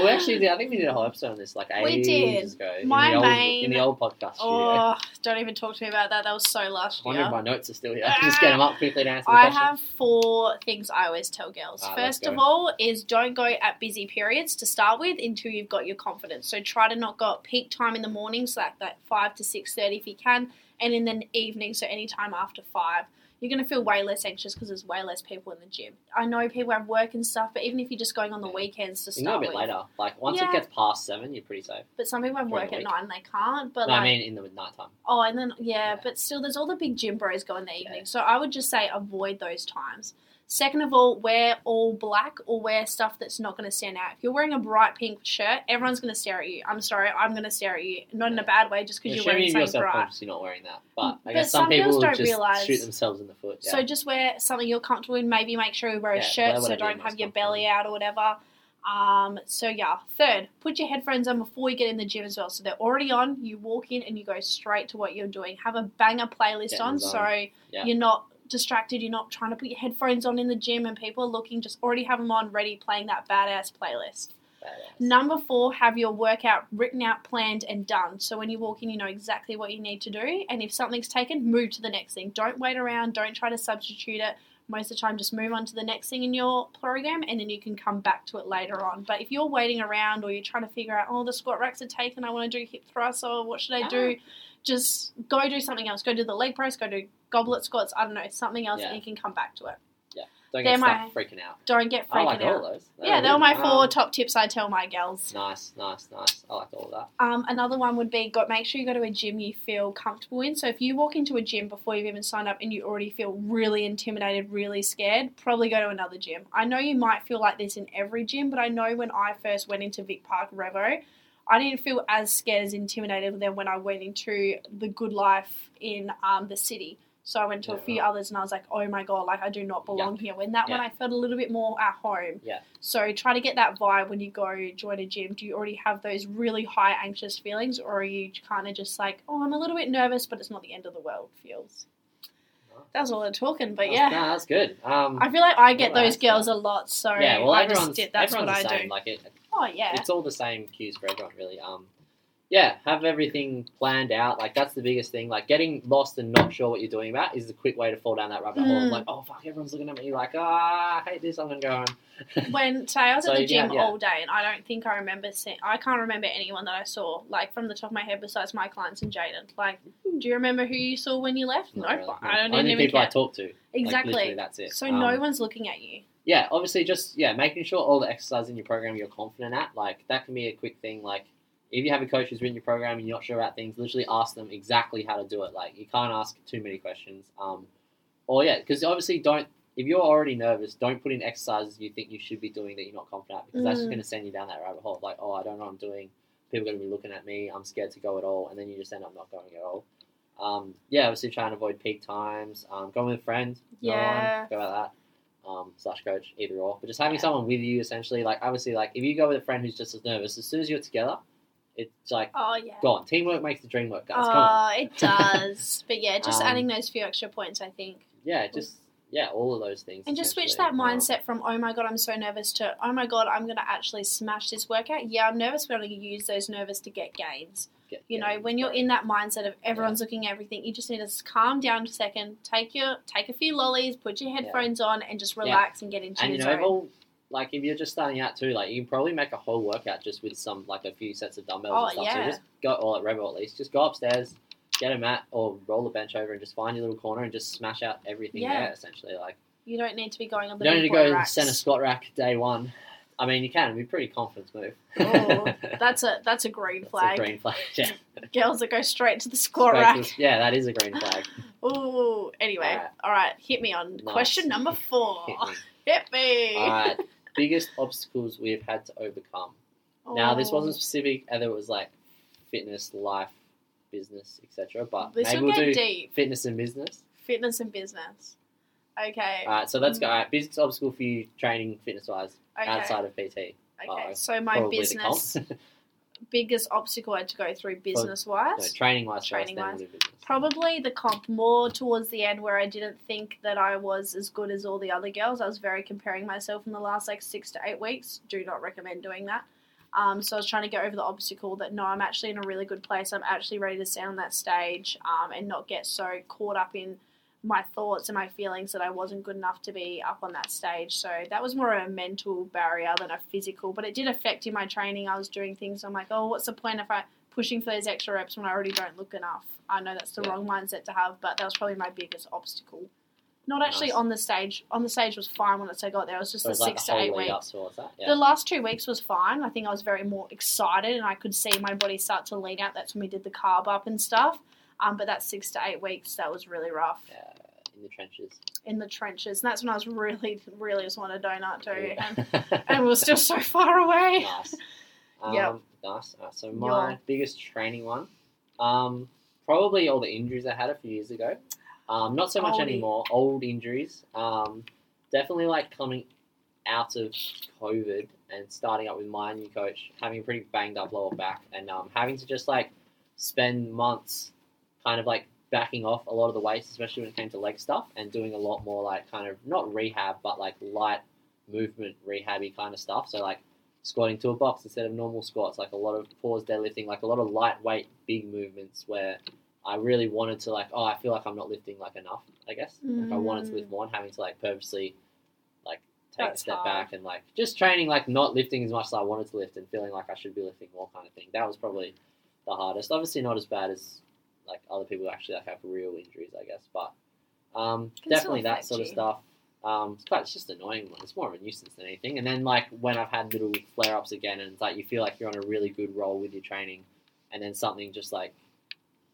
we actually, did, I think we did a whole episode on this like
We
ages
did.
ago. in
My
the old,
main-
in the old podcast studio.
oh, don't even talk to me about that. That was so last
I wonder
year.
if my notes are still here. I can just get them up quickly to answer the
Ah. I
question.
have four things I always tell girls.
Ah, let's
First of
go.
all, is don't go at busy periods to start with until you've got your confidence. So try to not go at peak time in the morning, so like that five to six thirty if you can, and in the evening, so any time after five. You're gonna feel way less anxious because there's way less people in the gym. I know people have work and stuff, but even if you're just going on the
Yeah.
weekends to
You can go a
start
bit
with,
later. Like once
Yeah.
it gets past seven, you're pretty safe.
but some people have
During
work
the
at
week.
night and they can't. But
No,
like,
I mean in the nighttime.
Oh, and then yeah,
Yeah.
but still, there's all the big gym bros go in the evening.
Yeah.
So I would just say avoid those times. Second of all, wear all black or wear stuff that's not going to stand out. If you're wearing a bright pink shirt, everyone's going to stare at you. I'm sorry, I'm going to stare at you. Not in a bad way, just because
You're
you're wearing
assuming you're
something bright.
self-conscious, you're not wearing that. But I
But
guess some,
some girls
people
don't
just
realise.
shoot themselves in the foot. Yeah.
So just wear something you're comfortable in. Maybe make sure you wear a
Yeah,
shirt
wear
so
whatever
don't
you're
have
most
your belly out or whatever. Um, so yeah. Third, put your headphones on before you get in the gym as well. So they're already on. You walk in and you go straight to what you're doing. Have a banger playlist
Get in
on
the zone.
so
Yeah.
you're not distracted. You're not trying to put your headphones on in the gym and people are looking. Just already have them on, ready, playing that badass playlist.
Badass.
Number four, have your workout written out, planned, and done. So when you walk in, you know exactly what you need to do. And if something's taken, move to the next thing. Don't wait around. Don't try to substitute it. Most of the time, just move on to the next thing in your program, and then you can come back to it later on. But if you're waiting around or you're trying to figure out, oh, the squat racks are taken, I want to do hip thrusts, or what should I do? Just go do something else. Go do the leg press. Go do goblet squats. I don't know something else,
Yeah.
and you can come back to it.
Don't
they're
get
my-
stuck freaking out.
Don't get freaking
I like
out.
all those.
yeah, they're my
good.
four
Um,
top tips I tell my gals.
Nice, nice, nice. I like all of that.
Um, another one would be go, make sure you go to a gym you feel comfortable in. So if you walk into a gym before you've even signed up and you already feel really intimidated, really scared, probably go to another gym. I know you might feel like this in every gym, but I know when I first went into Vic Park Revo, I didn't feel as scared as intimidated than when I went into the Good Life in um, the city. So I went to a
Yeah,
few
right.
others and I was like, oh my god, like I do not belong here. When that one,
Yeah.
I felt a little bit more at home. So try to get that vibe when you go join a gym. Do you already have those really high anxious feelings, or are you kind of just like, oh, I'm a little bit nervous, but it's not the end of the world feels? That was all the talking, but
That's-
yeah,
no, that's good. Um,
I feel like I get
Well,
those
that's
girls a
that.
lot. So
yeah, well,
I
everyone's,
just did. That's what
everyone's
I
the same.
do.
Like it,
Oh yeah,
it's all the same cues for everyone, really. Um, yeah, have everything planned out. Like that's the biggest thing. Like getting lost and not sure what you're doing about is the quick way to fall down that rabbit hole.
Mm.
Of like, oh fuck, everyone's looking at me. Like, ah, I hate this. I'm gonna go home.
when today I was
So
at the
you
gym
have- yeah.
all day, and I don't think I remember seeing. I can't remember anyone that I saw like from the top of my head besides my clients and Jaden. Like, do you remember who you saw when you left?
Not
no,
really, no.
I don't
Only
even
people
care.
I talk to. Like, literally,
exactly.
that's it.
so
Um,
no one's looking at you.
yeah, obviously, just yeah, making sure all the exercise in your program you're confident at, like that can be a quick thing. Like if you have a coach who's written your program and you're not sure about things, literally ask them exactly how to do it. Like you can't ask too many questions. Um, or yeah, because obviously, don't if you're already nervous, don't put in exercises you think you should be doing that you're not confident at because that's just
Mm.
going to send you down that rabbit hole. Like oh, I don't know what I'm doing. People are going to be looking at me. I'm scared to go at all, and then you just end up not going at all. Um, yeah, obviously trying to avoid peak times. Um, going with friends. another one.
Yeah.
Go about that um, slash coach, either or. But just having
Yeah.
someone with you, essentially, like obviously, like if you go with a friend who's just as nervous, as soon as you're together, it's like
Oh yeah.
gone. Teamwork makes the
Uh,
dream work, guys. Come on.
Oh, it does. but yeah, just
Um,
adding those few extra points, I think.
Yeah, just yeah, all of those things.
And just switch
essentially.
that
Um,
mindset from, oh my god, I'm so nervous to, oh my god, I'm going to actually smash this workout. Yeah, I'm nervous, but I'm going to use those nervous to get gains.
get-
You
yeah,
know, when you're
right.
in that mindset of everyone's looking at everything, you just need to s- calm down a second, take your take a few lollies, put your headphones on, and just relax and get into
and
your
you know,
zone.
if all- like if you're just starting out too, like you can probably make a whole workout just with some like a few sets of dumbbells
Oh,
and stuff.
yeah.
So just go or at Rebel at least, just go upstairs, get a mat or roll a bench over and just find your little corner and just smash out everything
Yeah.
there essentially. Like
you don't need to be going on the
you don't need to
big
go
boy racks.
center squat rack day one. I mean, you can. It'd be a pretty confidence move.
Oh, That's a that's a green
That's a
flag.
green flag. Yeah.
Girls that go straight to the squat
Straight
rack.
to the- yeah, that is a green flag.
Ooh. Anyway,
Alright.
all right, hit me on
Nice.
question number four.
Hit me.
hit me.
All right. Biggest obstacles we've had to overcome. Now, this wasn't specific, and it was like fitness, life, business, etc. But
Oh, This
maybe
will
we'll
go
do
deep.
fitness and business.
Fitness and business. Okay.
All right, so let's go.
Mm.
All right, biggest obstacle for you training fitness wise
okay.
outside of PT.
okay.
uh,
So my
probably the
business
comp.
biggest obstacle I had to go through business wise.
no, training wise, training
Training-wise.
wise. Then we'll do business.
Probably the comp more towards the end where I didn't think that I was as good as all the other girls. I was very comparing myself in the last like six to eight weeks. Do not recommend doing that. Um, so I was trying to get over the obstacle that no, I'm actually in a really good place. I'm actually ready to stand on that stage um, and not get so caught up in my thoughts and my feelings that I wasn't good enough to be up on that stage. So that was more of a mental barrier than a physical, but it did affect in my training. I was doing things. I'm like, oh, what's the point if I pushing for those extra reps when I already don't look enough? I know that's the
Yeah.
wrong mindset to have, but that was probably my biggest obstacle. Not actually
Nice.
on the stage. On the stage was fine once I got there. It was just
So
the
it's like
six
the
to
whole
eight
lead
weeks.
up towards that. Yeah.
The last two weeks was fine. I think I was very more excited and I could see my body start to lean out. That's when we did the carb up and stuff. Um, but that six to eight weeks, that was really rough
yeah, uh, in the trenches.
in the trenches. And that's when I was really, really just wanted a donut too. And, and
and
we were still so far away.
nice. Um,
Yep.
Nice. Alright, so
Yeah.
my biggest training one, um, probably all the injuries I had a few years ago. Um, not so much
Oldie.
anymore. Old injuries. Um, definitely like coming out of COVID and starting up with my new coach, having a pretty banged up lower back, and um, having to just like spend months kind of like backing off a lot of the weights, especially when it came to leg stuff, and doing a lot more like kind of not rehab, but like light movement rehabby kind of stuff. So like squatting to a box instead of normal squats, like a lot of pause deadlifting, like a lot of lightweight big movements where I really wanted to like, oh, I feel like I'm not lifting like enough, I guess. Like I wanted to lift more and having to like purposely like take
Mm. That's
a step
hard.
back and like just training like not lifting as much as I wanted to lift and feeling like I should be lifting more kind of thing. That was probably the hardest. Obviously not as bad as like other people who actually like have real injuries, I guess, but um,
Can still
definitely that
affect
sort of
you.
stuff. Um, it's, quite, it's just annoying. It's more of a nuisance than anything. And then like when I've had little flare ups again, and it's like you feel like you're on a really good roll with your training, and then something just like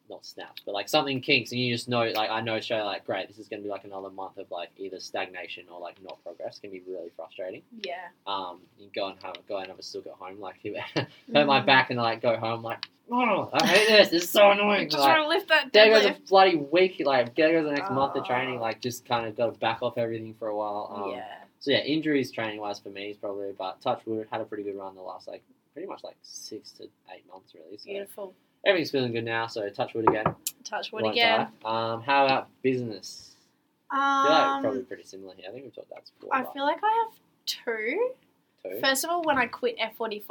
not snaps, but like something kinks, and you just know like I know straight like great, this is going to be like another month of like either stagnation or like not progress. It can be really frustrating.
Yeah.
Um, you go and have go and have a sook at home, like you hurt
Mm.
my back, and like go home like oh I hate this. This is so annoying.
Just
Like,
want to lift that
there goes a
deadlift.
bloody week. Like there goes the next month of
Ah.
training. Like just kind of got to back off everything for a while. Um,
yeah.
So yeah, injuries training wise for me is probably about touch wood. Had a pretty good run the last like pretty much like six to eight months really. So
Beautiful.
everything's feeling good now. So touch wood again.
Touch wood
won't
again.
die. Um, how about business? I feel like probably
Um,
pretty similar here. I think we've talked about this before.
I
but
feel like I have two.
two.
First of all, when I quit F45,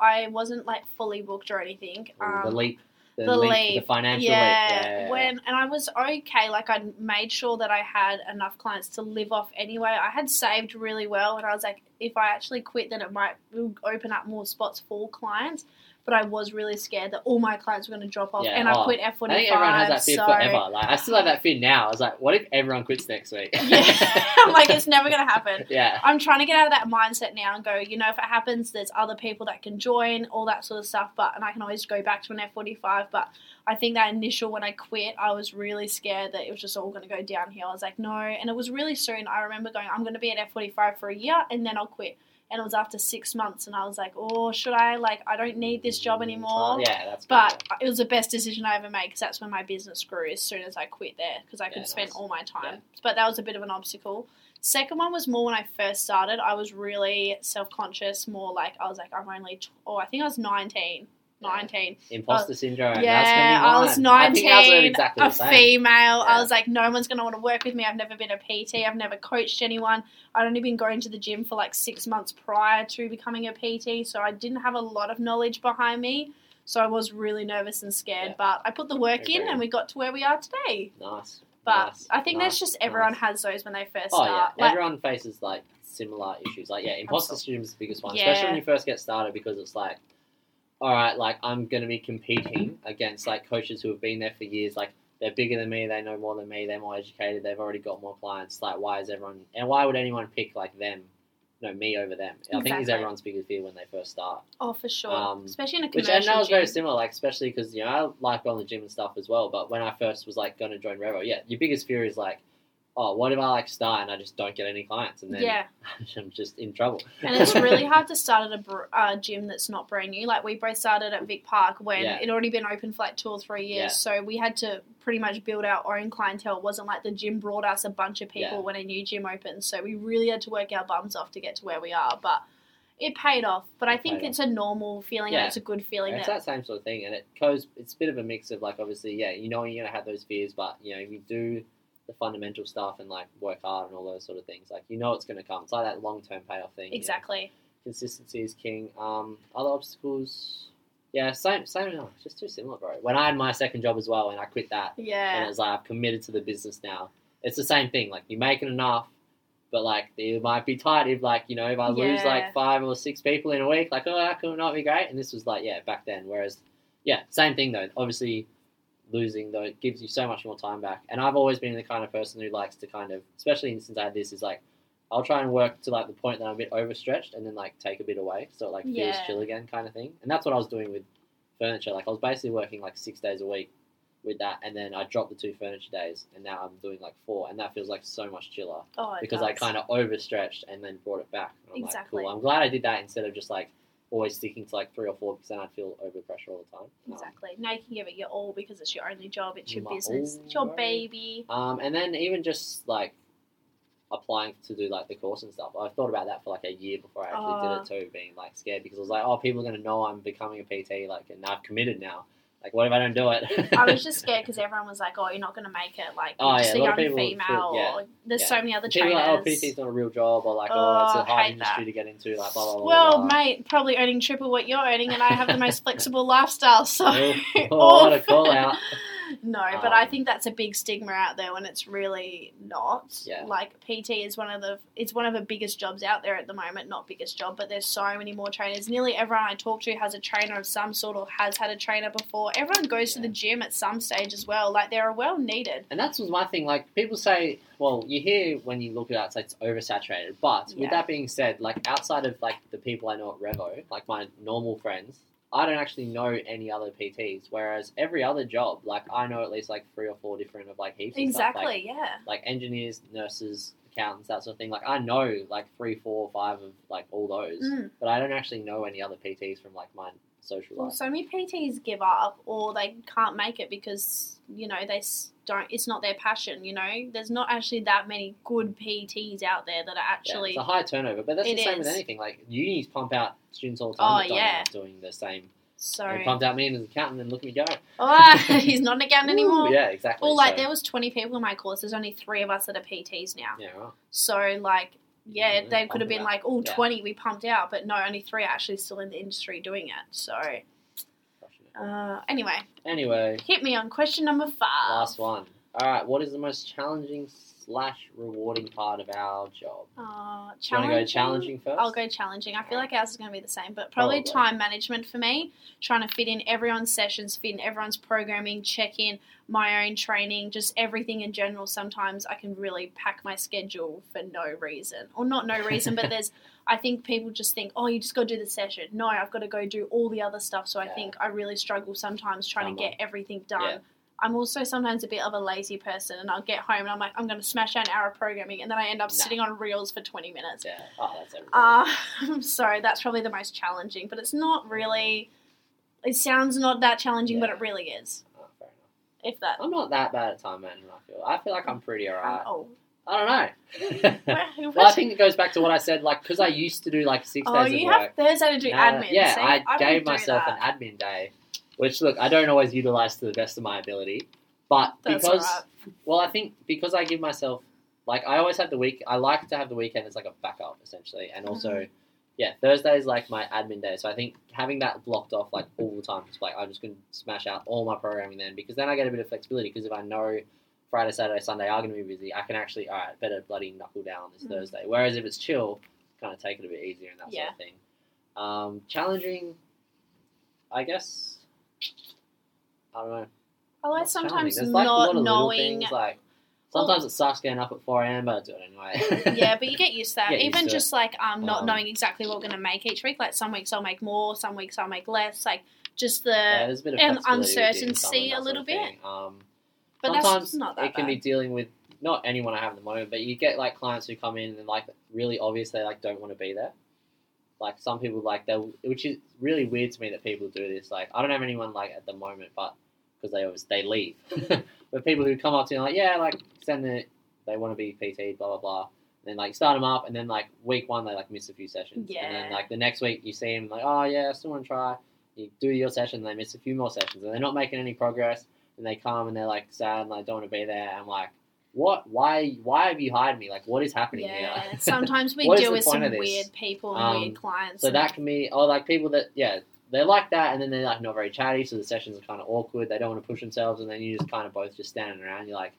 I wasn't like fully booked or anything.
Ooh, the
Um,
leap. The,
the
leap,
leap.
The financial
yeah,
leap. Yeah.
when and I was okay. Like I made sure that I had enough clients to live off anyway. I had saved really well, and I was like, if I actually quit, then it might open up more spots for clients. But I was really scared that all my clients were going to drop off,
Yeah,
and
oh,
I quit F45.
I think everyone has that fear
so
forever. Like I still have that fear now. I was like, what if everyone quits next week?
yeah, I'm like, it's never going to happen.
yeah.
I'm trying to get out of that mindset now and go, you know, if it happens, there's other people that can join, all that sort of stuff. But and I can always go back to an F45. But I think that initial when I quit, I was really scared that it was just all going to go downhill. I was like, no, and it was really soon. I remember going, I'm going to be at F45 for a year and then I'll quit. And it was after six months, and I was like, oh, should I? Like, I don't need this
Mm,
job anymore.
Yeah, that's
But it was the best decision I ever made because that's when my business grew as soon as I quit there because I could
Yeah,
spend
nice.
all my time. But that was a bit of an obstacle. Second one was more when I first started. I was really self conscious, more like I was like, I'm only, tw- oh, I think I was 19 19.
Imposter syndrome. That's gonna be
uh, yeah, I was
mine. I think ours are
19,
exactly
a
the same.
female. I
Yeah.
was like, no one's going to want to work with me. I've never been a PT. I've never coached anyone. I'd only been going to the gym for like six months prior to becoming a PT, so I didn't have a lot of knowledge behind me. So I was really nervous and scared,
Yeah.
but I put the work in
Agreed.
and we got to where we are today.
Nice.
But
nice,
I think that's
nice,
just everyone
nice.
has those when they first
Oh yeah,
start. Like,
everyone faces like similar issues. Like yeah, imposter syndrome is the biggest one,
Yeah.
especially when you first get started because it's like, all right, like I'm gonna be competing against like coaches who have been there for years. Like they're bigger than me, they know more than me, they're more educated, they've already got more clients. Like why is everyone and why would anyone pick like them? No, me over them. I think is
Exactly.
everyone's biggest fear when they first start.
oh, for sure.
Um,
Especially in a
Which
commercial
I know is
gym.
very similar, like especially because you know I like going to the gym and stuff as well. But when I first was like going to join Revo, yeah, your biggest fear is like, oh, what if I like start and I just don't get any clients and then
Yeah.
I'm just in trouble.
and it's really hard to start at a br- uh, gym that's not brand new. Like we both started at Vic Park when
Yeah.
it already been open for like two or three years,
Yeah.
so we had to pretty much build our own clientele. It wasn't like the gym brought us a bunch of people
Yeah.
when a new gym opened, so we really had to work our bums off to get to where we are. But it paid off. But I think
Paid off.
it's a normal feeling
Yeah.
and it's a good feeling.
And it's
That
that same sort of thing, and it goes. It's a bit of a mix of like obviously, yeah, you know you're gonna have those fears, but you know if you do the fundamental stuff and like work hard and all those sort of things, like you know it's gonna come. It's like that long term payoff thing. you know.
exactly.
consistency is king. Um, other obstacles, yeah, same, same. no, it's Just too similar, bro. When I had my second job as well, and I quit that, and
Yeah.
it was like I've committed to the business now. It's the same thing. Like you're making enough, but like it might be tight. If like you know, if I lose
Yeah.
like five or six people in a week, like oh, that could not be great. And this was like yeah, back then. Whereas, yeah, same thing though. Obviously, losing though it gives you so much more time back. And I've always been the kind of person who likes to kind of, especially since I had this, is like. I'll try and work to like the point that I'm a bit overstretched, and then like take a bit away, so it like feels
Yeah.
chill again, kind of thing. And that's what I was doing with furniture. Like I was basically working like six days a week, with that, and then I dropped the two furniture days, and now I'm doing like four, and that feels like so much chiller
Oh, it
because I kind of overstretched and then brought it back. And I'm
Exactly.
like, cool. I'm glad I did that instead of just like always sticking to like three or four because then I'd feel over pressure all the time. Um,
exactly. Now you can give it your all because it's your only job. It's your
My
business.
all
It's your
right.
baby.
Um, and then even just like applying to do like the course and stuff, I thought about that for like a year before I
Oh.
actually did it too, being like scared because I was like, oh, people are gonna know I'm becoming a PT, like, and I've committed now. Like, what if I don't do it?
I was just scared because everyone was like, "Oh, you're not gonna make it. Like,
Oh,
you're just
yeah,
a
a lot
young
of people feel-
female. or, there's
yeah.
so many other
People
trainers."
are like, oh, PT's not a real job, or like, oh,
Oh,
it's a hard
hate that.
industry to get into, like, blah, blah, blah.
well,
blah.
mate, probably earning triple what you're earning, and I have the most flexible lifestyle. So,
Oh, oh, what a call out.
No, but I
Um,
think that's a big stigma out there when it's really not.
Yeah.
Like PT is one of the it's one of the biggest jobs out there at the moment. Not biggest job, but there's so many more trainers. Nearly everyone I talk to has a trainer of some sort or has had a trainer before. Everyone goes to
Yeah.
the gym at some stage as well. Like they're well needed.
And that's was my thing. Like people say, well, you hear when you look at outside, it's oversaturated. But
Yeah.
with that being said, like outside of like the people I know at Revo, like my normal friends, I don't actually know any other PTs. Whereas every other job, like I know at least like three or four different of like heaps. and stuff, like-
Exactly. yeah.
like engineers, nurses, accountants, that sort of thing. Like I know like three, four, five of like all those,
Mm.
but I don't actually know any other PTs from like my social
Well,
life.
so many PTs give up or they can't make it because you know they s- don't. It's not their passion. You know, there's not actually that many good PTs out there that are
Yeah,
actually.
it's a high turnover, but that's
It
the same with
is.
anything. Like unis pump out students all the
Oh,
time. that don't
yeah.
end up doing the same. They
so
pumped out me in as an accountant, and look at me go.
oh, he's not an accountant anymore.
Ooh, yeah, exactly.
Oh. Well, like
so,
there was 20 people in my course. There's only three of us that are PTs now.
yeah, right.
So like. Yeah,
Yeah,
they could have
pumping
been
out.
like, oh,
Yeah.
20 we pumped out, but no, only three are actually still in the industry doing it. So,
Crushing it.
uh, anyway,
Anyway,
hit me on question number five.
last one. All right, what is the most challenging slash rewarding part of our job?
Uh,
Do you want to go
challenging.
challenging 1st
I'll go challenging. I feel like ours is going to be the same, but probably
Probably.
time management for me, trying to fit in everyone's sessions, fit in everyone's programming, check in my own training, just everything in general. Sometimes I can really pack my schedule for no reason, or not no reason, but there's. I think people just think, oh, you just got to do the session. No, I've got to go do all the other stuff. So I
Yeah.
think I really struggle sometimes trying to
Come on.
get everything done.
Yeah.
I'm also sometimes a bit of a lazy person, and I'll get home and I'm like, I'm going to smash out an hour of programming, and then I end up
Nah.
sitting on reels for 20 minutes.
Yeah. Oh, that's everything.
Uh, I'm sorry, that's probably the most challenging, but it's not really. It sounds not that challenging, but
Yeah.
it really is.
Oh, fair enough.
If that.
I'm not that bad at time management. I feel. I feel like I'm pretty alright.
oh,
I don't know.
Where- who
well, I
was-
think it goes back to what I said, like, because I used to do like six
oh,
days of
you
work.
have Thursday to do
Now that-
admin.
yeah,
See,
I,
wouldn't
gave
do
myself
that.
an admin day, which look, I don't always utilize to the best of my ability, but
That's
because
alright.
well, I think because I give myself like I always have the week. I like to have the weekend as like a backup essentially, and also
Mm-hmm.
yeah, Thursday is like my admin day. So I think having that blocked off like all the time, just like I'm just gonna smash out all my programming then because then I get a bit of flexibility because if I know. Friday, Saturday, Sunday are going to be busy. I can actually, all right, better bloody knuckle down this
Mhm.
Thursday. Whereas if it's chill, kind of take it a bit easier and that
Yeah.
sort of thing. Um, challenging, I guess. I don't know.
I like
It's challenging.
sometimes
There's, like, a lot
not
of little
knowing.
Things, like
Well-
sometimes it sucks getting up at four a.m., but I do it anyway.
yeah, but you get used to that.
Get used
Even
to it.
just like um, not
Um,
knowing exactly what we're gonna make each week. Like some weeks I'll make more, some weeks I'll make less. Like just the
Yeah, there's a bit of
and
flexibility with doing some
uncertainty
and that
a little
sort of thing. Um,
but
sometimes
that's not that
it can
bad.
be dealing with not anyone I have at the moment, but you get like clients who come in and like really obvious they like don't want to be there. Like some people like they, which is really weird to me that people do this. Like I don't have anyone like at the moment, but because they always they leave. but people who come up to you and like yeah, like send the they want to be PT, blah blah blah. And then like start them up, and then like week one they like miss a few sessions, and then
Yeah.
like the next week you see them like oh yeah, I still want to try. You do your session, they miss a few more sessions, and they're not making any progress and they come and they're like sad and I don't want to be there. I'm like, what? Why? Why have you hired me? Like, what is happening
yeah,
here?
sometimes we
What is
deal
the
with
point
some
of this?
weird people and
Um,
weird clients.
so
and-
that can be, oh, like people that, yeah, they're like that, and then they're like not very chatty, so the sessions are kind of awkward. They don't want to push themselves, and then you just kind of both just standing around. You're like,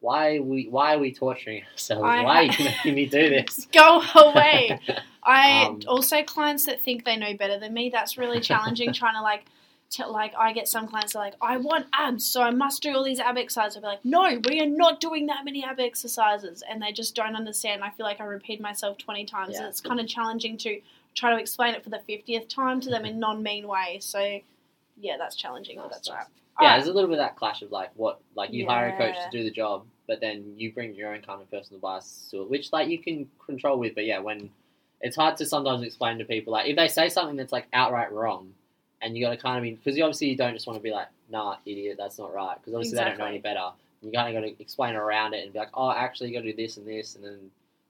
why are we? Why are we torturing ourselves?
I-
why are you making me do this?
go away. I
Um,
also clients that think they know better than me. That's really challenging. trying to like, to, like I get some clients that are like, I want abs, so I must do all these ab exercises. I'll be like, no, we are not doing that many ab exercises, and they just don't understand. I feel like I repeat myself twenty times,
Yeah.
and it's kind of challenging to try to explain it for the fiftieth time to
Mm-hmm.
them in non mean way. So, yeah, that's challenging. but that's right.
Yeah,
Alright.
there's a little bit of that clash of like what, like you hire a coach
Yeah.
to do the job, but then you bring your own kind of personal bias to it, which like you can control with. But yeah, when it's hard to sometimes explain to people, like if they say something that's like outright wrong, and you got to kind of be because you obviously you don't just want to be like, nah, idiot, that's not right, because obviously they don't know any better. You kind of got to explain around it and be like, oh, actually, you got to do this and this, and then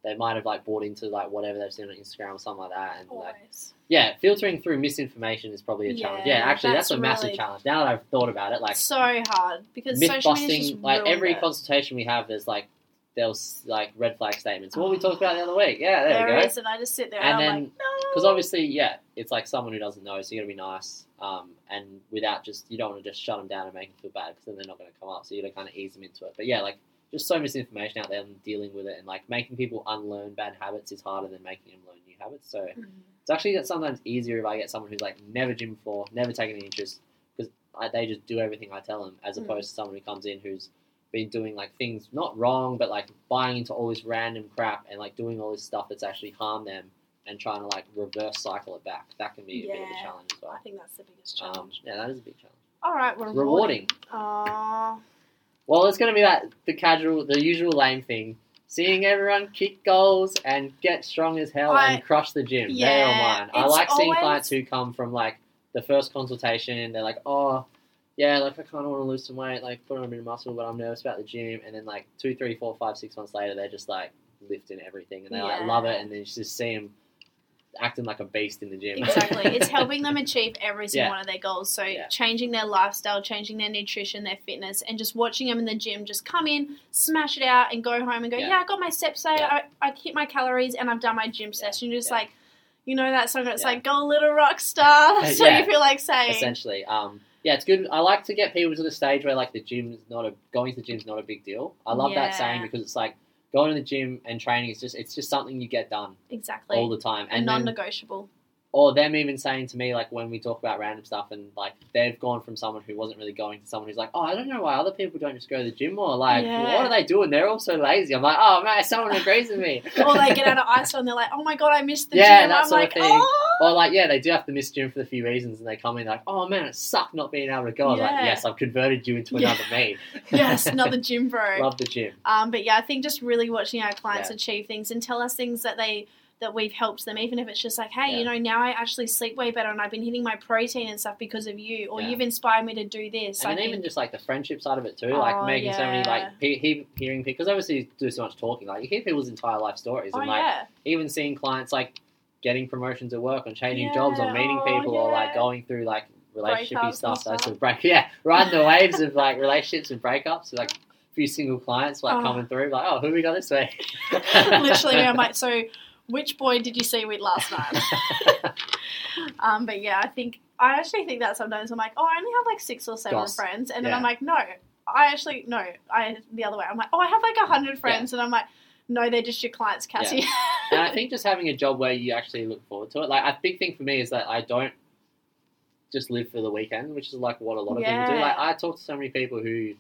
they might have like bought into like whatever they've seen on Instagram or something like that, and like
Always.
yeah, filtering through misinformation is probably a challenge.
Yeah,
Yeah, actually, that's,
that's
a massive
really-
challenge. Now that I've thought about it, like
so hard because
myth
social media is
busting,
just
like
ruined
every
it.
consultation we have, there's like there's like red flag statements. What we talked about the other week. Yeah, there,
there
we go.
is, and I just sit there
And
and, I'm
then-
like, no,
Because obviously, yeah, it's like someone who doesn't know, so you got to be nice. Um, and without just you don't want to just shut them down and make them feel bad because then they're not going to come up. So you got to kind of ease them into it. But yeah, like just so much information out there and dealing with it and like making people unlearn bad habits is harder than making them learn new habits. So it's actually that sometimes easier if I get someone who's like never gym before, never taken an interest, because they just do everything I tell them, as
Mm.
opposed to someone who comes in who's been doing like things not wrong, but like buying into all this random crap and like doing all this stuff that's actually harmed them and trying to like reverse cycle it back. That can be a bit of a
Yeah.
challenge as
"Hmm, I
well.
think that's the biggest
Um,
challenge.
yeah, that is a big challenge.
All right, we're
Rewarding.
Aw.
Well, it's going to be that the casual, the usual lame thing. Seeing everyone kick goals and get strong as hell
I-
and crush the gym. They're all
Yeah,
mine. I
it's
like seeing
always-
clients who come from like the first consultation. They're like, oh, yeah, like I kind of want to lose some weight, like put on a bit of muscle, but I'm nervous about the gym. And then like two, three, four, five, six months later, they're just like lifting everything and they like
Yeah.
love it. And then you just see them acting like a beast in the gym.
exactly. It's helping them achieve every single
Yeah.
one of their goals. So
Yeah.
changing their lifestyle, changing their nutrition, their fitness, and just watching them in the gym just come in, smash it out, and go home and go,
Yeah.
yeah, I got my steps, so
Yeah.
I, I hit my calories, and I've done my gym session. You're just
Yeah.
like, you know that song? It's
Yeah. Uh,
like, go little rock star. so
Yeah.
you feel like saying,
essentially. Um, yeah, it's good. I like to get people to the stage where like the gym's not a going to the gym's not a big deal. I love that
Yeah.
saying because it's like going to the gym and training is just it's just something you get done
exactly,
all the time. And then,
non-negotiable.
or them even saying to me like when we talk about random stuff and like they've gone from someone who wasn't really going to someone who's like, oh, I don't know why other people don't just go to the gym more. Like,
Yeah.
what are they doing? They're all so lazy. I'm like, oh man, someone agrees with me.
or they get out of ISO and they're like, oh my god, I missed the
Yeah,
gym.
that
I'm
sort of
like,
thing.
oh.
Or like, yeah, they do have to miss gym for the few reasons, and they come in like, "Oh man, it sucked not being able to go." I was like,
Yeah.
"Yes, I've converted you into
Yeah.
another me."
yes, another gym bro.
Love the gym.
Um, but yeah, I think just really watching our clients
Yeah.
achieve things and tell us things that they that we've helped them, even if it's just like, hey, you
Yeah.
know, now I actually sleep way better and I've been hitting my protein and stuff because of you, or
Yeah.
you've inspired me to do this.
and
I
then
think,
even just like the friendship side of it too,
Oh,
like making so many
yeah.
like he, he, hearing because obviously you do so much talking, like you hear people's entire life stories,
oh
and like
yeah,
even seeing clients like getting promotions at work and changing jobs
Yeah,
or meeting
oh,
people or like
yeah.
going through like
Breakups
relationshipy
and
stuff, those
stuff.
sort of break yeah, riding the waves of like relationships and breakups with like a few single clients like
Oh.
coming through, like oh who we got this way,
literally, I'm like, so which boy did you see with last night? Um, but yeah, I think I actually think that sometimes I'm like, oh, I only have like six or seven
Goss.
friends, and then
Yeah.
I'm like, no, I actually no, I the other way. I'm like, oh, I have like a hundred friends, and I'm like, no, they're just your clients, Cassie.
and I think just having a job where you actually look forward to it. Like a big thing for me is that I don't just live for the weekend, which is like what a lot of people do.
Yeah.
Like I talk to so many people who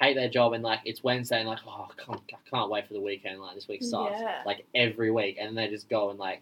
hate their job and like it's Wednesday and like oh I can't, I can't wait for the weekend. Like this week sucks.
Yeah.
Like every week, and they just go and like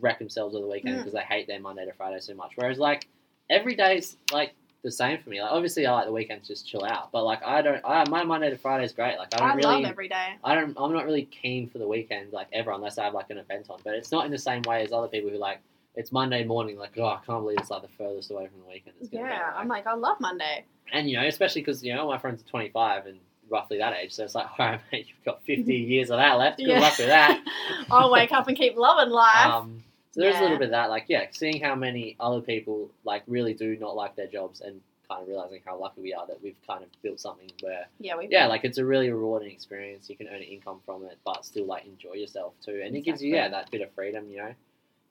wreck themselves on the
Mm.
weekend because they hate their Monday to Friday so much. Whereas like every day's like. The same for me. Like obviously, I like the weekends just chill out, but like I don't. I, my Monday to Friday is great. Like I don't
I
really
love every day.
I don't. I'm not really keen for the weekend, like ever, unless I have like an event on. But it's not in the same way as other people who like it's Monday morning, like oh, I can't believe it's like the furthest away from the weekend. It's gonna
Yeah,
be,
I'm like, I love Monday.
and you know, especially because you know my friends are 25 and roughly that age, so it's like, all right, mate, you've got 50 years of that left. Good
Yeah.
luck with that.
I'll wake up and keep loving life.
Um, so there's
Yeah.
a little bit of that, like yeah, seeing how many other people like really do not like their jobs and kind of realizing how lucky we are that we've kind of built something where
yeah, we.
yeah, like it's a really rewarding experience. You can earn income from it, but still like enjoy yourself too. And it gives you yeah
Exactly.
that bit of freedom. You know, you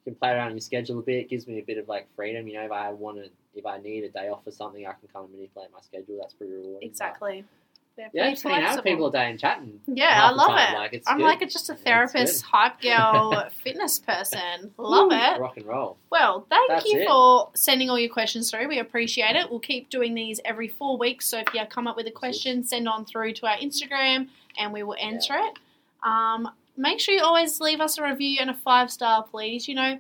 can play around your schedule a bit. It gives me a bit of like freedom. You know, if I want to, if I need a day off for something, I can kind of manipulate my schedule. That's pretty rewarding. But,
exactly. They're
yeah,
pretty
just hanging out with
flexible.
people all day and chatting.
Yeah, I
half the
love
time,
it.
Like it's
I'm
good.
like a, just a
It's
therapist, hype girl, fitness person. Love it.
Rock and roll.
Well, thank
That's
you
it.
for sending all your questions through. We appreciate it. We'll keep doing these every four weeks. So if you come up with a question, send on through to our Instagram and we will answer it. Um, make sure you always leave us a review and a five star, please. You know,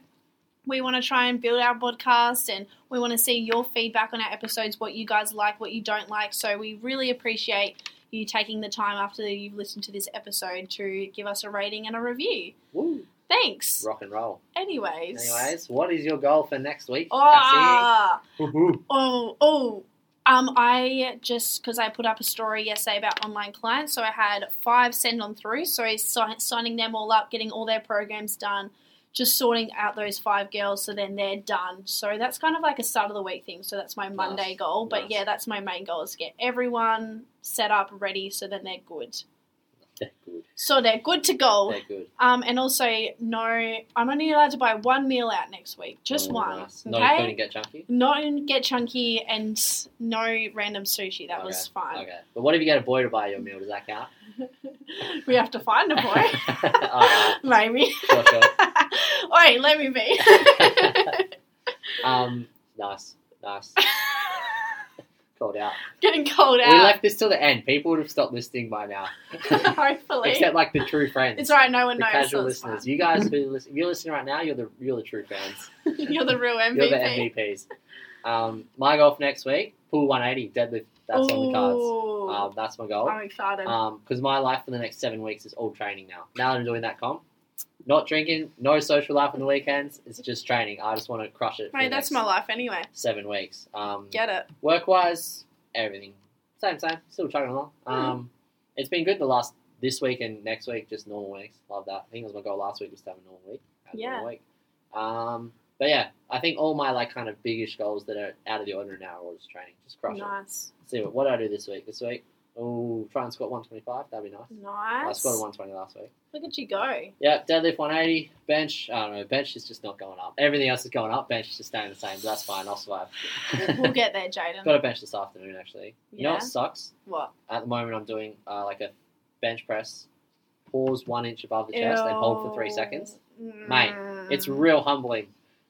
we want to try and build our podcast and we want to see your feedback on our episodes, what you guys like, what you don't like. So we really appreciate you taking the time after you've listened to this episode to give us a rating and a review.
Woo.
Thanks.
Rock and roll.
Anyways.
Anyways, what is your goal for next week?
Ah.
Cassie? Woohoo.
Oh, oh. Um, I just because I put up a story yesterday about online clients, so I had five send on through. So si- signing them all up, getting all their programs done, just sorting out those five girls, so then they're done. So that's kind of like a start of the week thing. So that's my Monday goal, but
Nice.
yeah, that's my main goal is to get everyone set up, ready, so then they're good.
They're good.
So they're good to go.
They're good.
Um, and also, no, I'm only allowed to buy one meal out next week, just
Oh,
one.
nice.
Okay?
Not including get chunky.
Not in get chunky and no random sushi. That was fine.
Okay. But what if you get a boy to buy your meal? Does that count?
We have to find a boy.
Alright,
Maybe.
sure, sure.
Wait, let me be.
Um, nice, nice. Called out.
Getting cold
We
out.
left this till the end. People would have stopped listening by now,
Hopefully.
except like the true friends,
it's alright, no
the
one knows.
casual
so it's
listeners. You guys who listen, if you're listening right now, you're the you're the true fans.
fine. You're the real MVP.
You're the MVPs. Um, my goal for next week: pull 180 deadlift. That's on the cards.
Ooh,
Um, that's my goal.
I'm excited.
Um, because my life for the next seven weeks is all training now. Now that I'm doing that comp, not drinking, no social life on the weekends. It's just training. I just want to crush it. For
Mate,
the
that's
next
my life anyway.
seven weeks. Um,
Get it.
work wise, everything same, same. Still chugging along.
Hmm.
Um, it's been good the last this week and next week, just normal weeks. Love that. I think it was my goal last week was to have a normal week. Had a
Yeah.
normal week. Um, but yeah, I think all my like kind of biggish goals that are out of the ordinary now are all just training. Just crush it.
Nice.
See what what do I do this week? This week, oh, try and squat one twenty five. That'd be nice. I
Nice.
squatted one twenty last week.
Look at you go.
Yeah, deadlift 180, bench, I don't know, bench is just not going up. Everything else is going up, bench is just staying the same, but that's fine, I'll survive.
We'll get there, Jaden.
Got a bench this afternoon, actually. You know what
Yeah.
sucks?
What?
At the moment, I'm doing uh, like a bench press, pause one inch above the chest, and hold for three
Ew.
seconds. Mate, It's
Mm.
real humbling.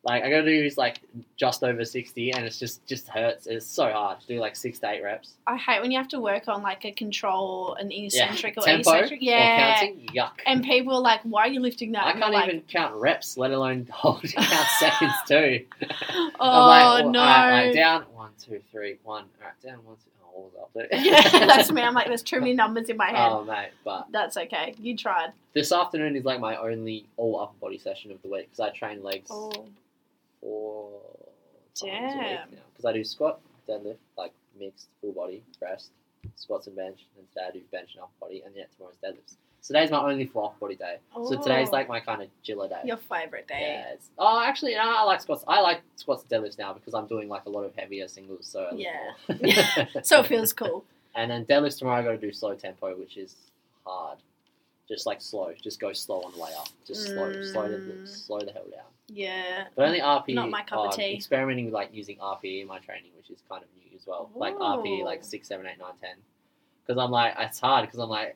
Like I gotta do is like just over sixty, and it's just just hurts. It's so hard to do like six to eight reps.
I hate when you have to work on like a control, an eccentric or
Tempo
eccentric.
or
Yeah.
counting, yuck.
And people are like, why are you lifting that?
I
And you're
can't
like,
even count reps, let alone hold count seconds too.
Oh,
I'm like, "Oh,
no.
All right, all right, down one, two, three, one. All right, down one, two. Oh, what was I up to?
yeah, that's me. I'm like, there's too many numbers in my head.
Oh mate, but
That's okay. You tried.
this afternoon is like my only all upper body session of the week because I train legs
Oh,
four times a
Damn.
week now because I do squat, deadlift, like mixed full body, rest, squats and bench, and today I do bench and upper body, and yet tomorrow's deadlifts. So today's my only full upper body day. So today's
Oh.
like my kind of chiller day.
your favorite day.
Yeah, it's- Oh, actually, no, I like squats. I like squats and deadlifts now because I'm doing like a lot of heavier singles. So I lift
Yeah.
more.
So it feels cool.
and then deadlifts tomorrow. I got to do slow tempo, which is hard. Just like slow, just go slow on the way up. Just slow, slow the
Mm.
slow the hell down.
Yeah.
But only RP.
Not my cup of
I'm
tea.
Experimenting with like using RP in my training, which is kind of new as well. Like RP,
Ooh.
like six, seven, eight, nine, ten. Because I'm like, it's hard. Because I'm like,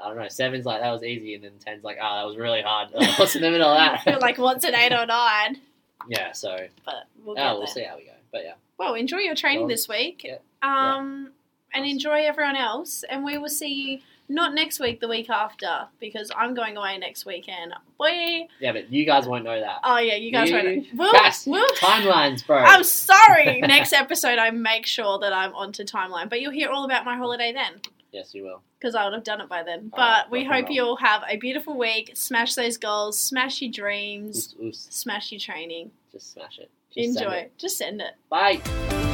I don't know. Seven's like that was easy, and then ten's like, ah, that was really hard. What's in the middle of that?
You're like, what's an eight or nine?
yeah. So
But we'll get
yeah, Oh, we'll
there.
see how we go. But yeah,
Well, enjoy your training
Well,
this week.
yeah,
Um, and
Awesome.
enjoy everyone else. And we will see you not next week, the week after, because I'm going away next weekend. Boy.
yeah, but you guys won't know that.
Oh, yeah, you guys
You-
won't. We'll,
Guys,
we'll,
Timelines, bro.
I'm sorry. next episode, I make sure that I'm onto timeline. But you'll hear all about my holiday then.
yes, you will.
because I would have done it by then. But
All right,
we
rock and
hope
roll.
you all have a beautiful week. Smash those goals, smash your dreams,
Oos, oos.
smash your training.
Just smash it. Just send
Enjoy.
it.
Just send it.
Bye.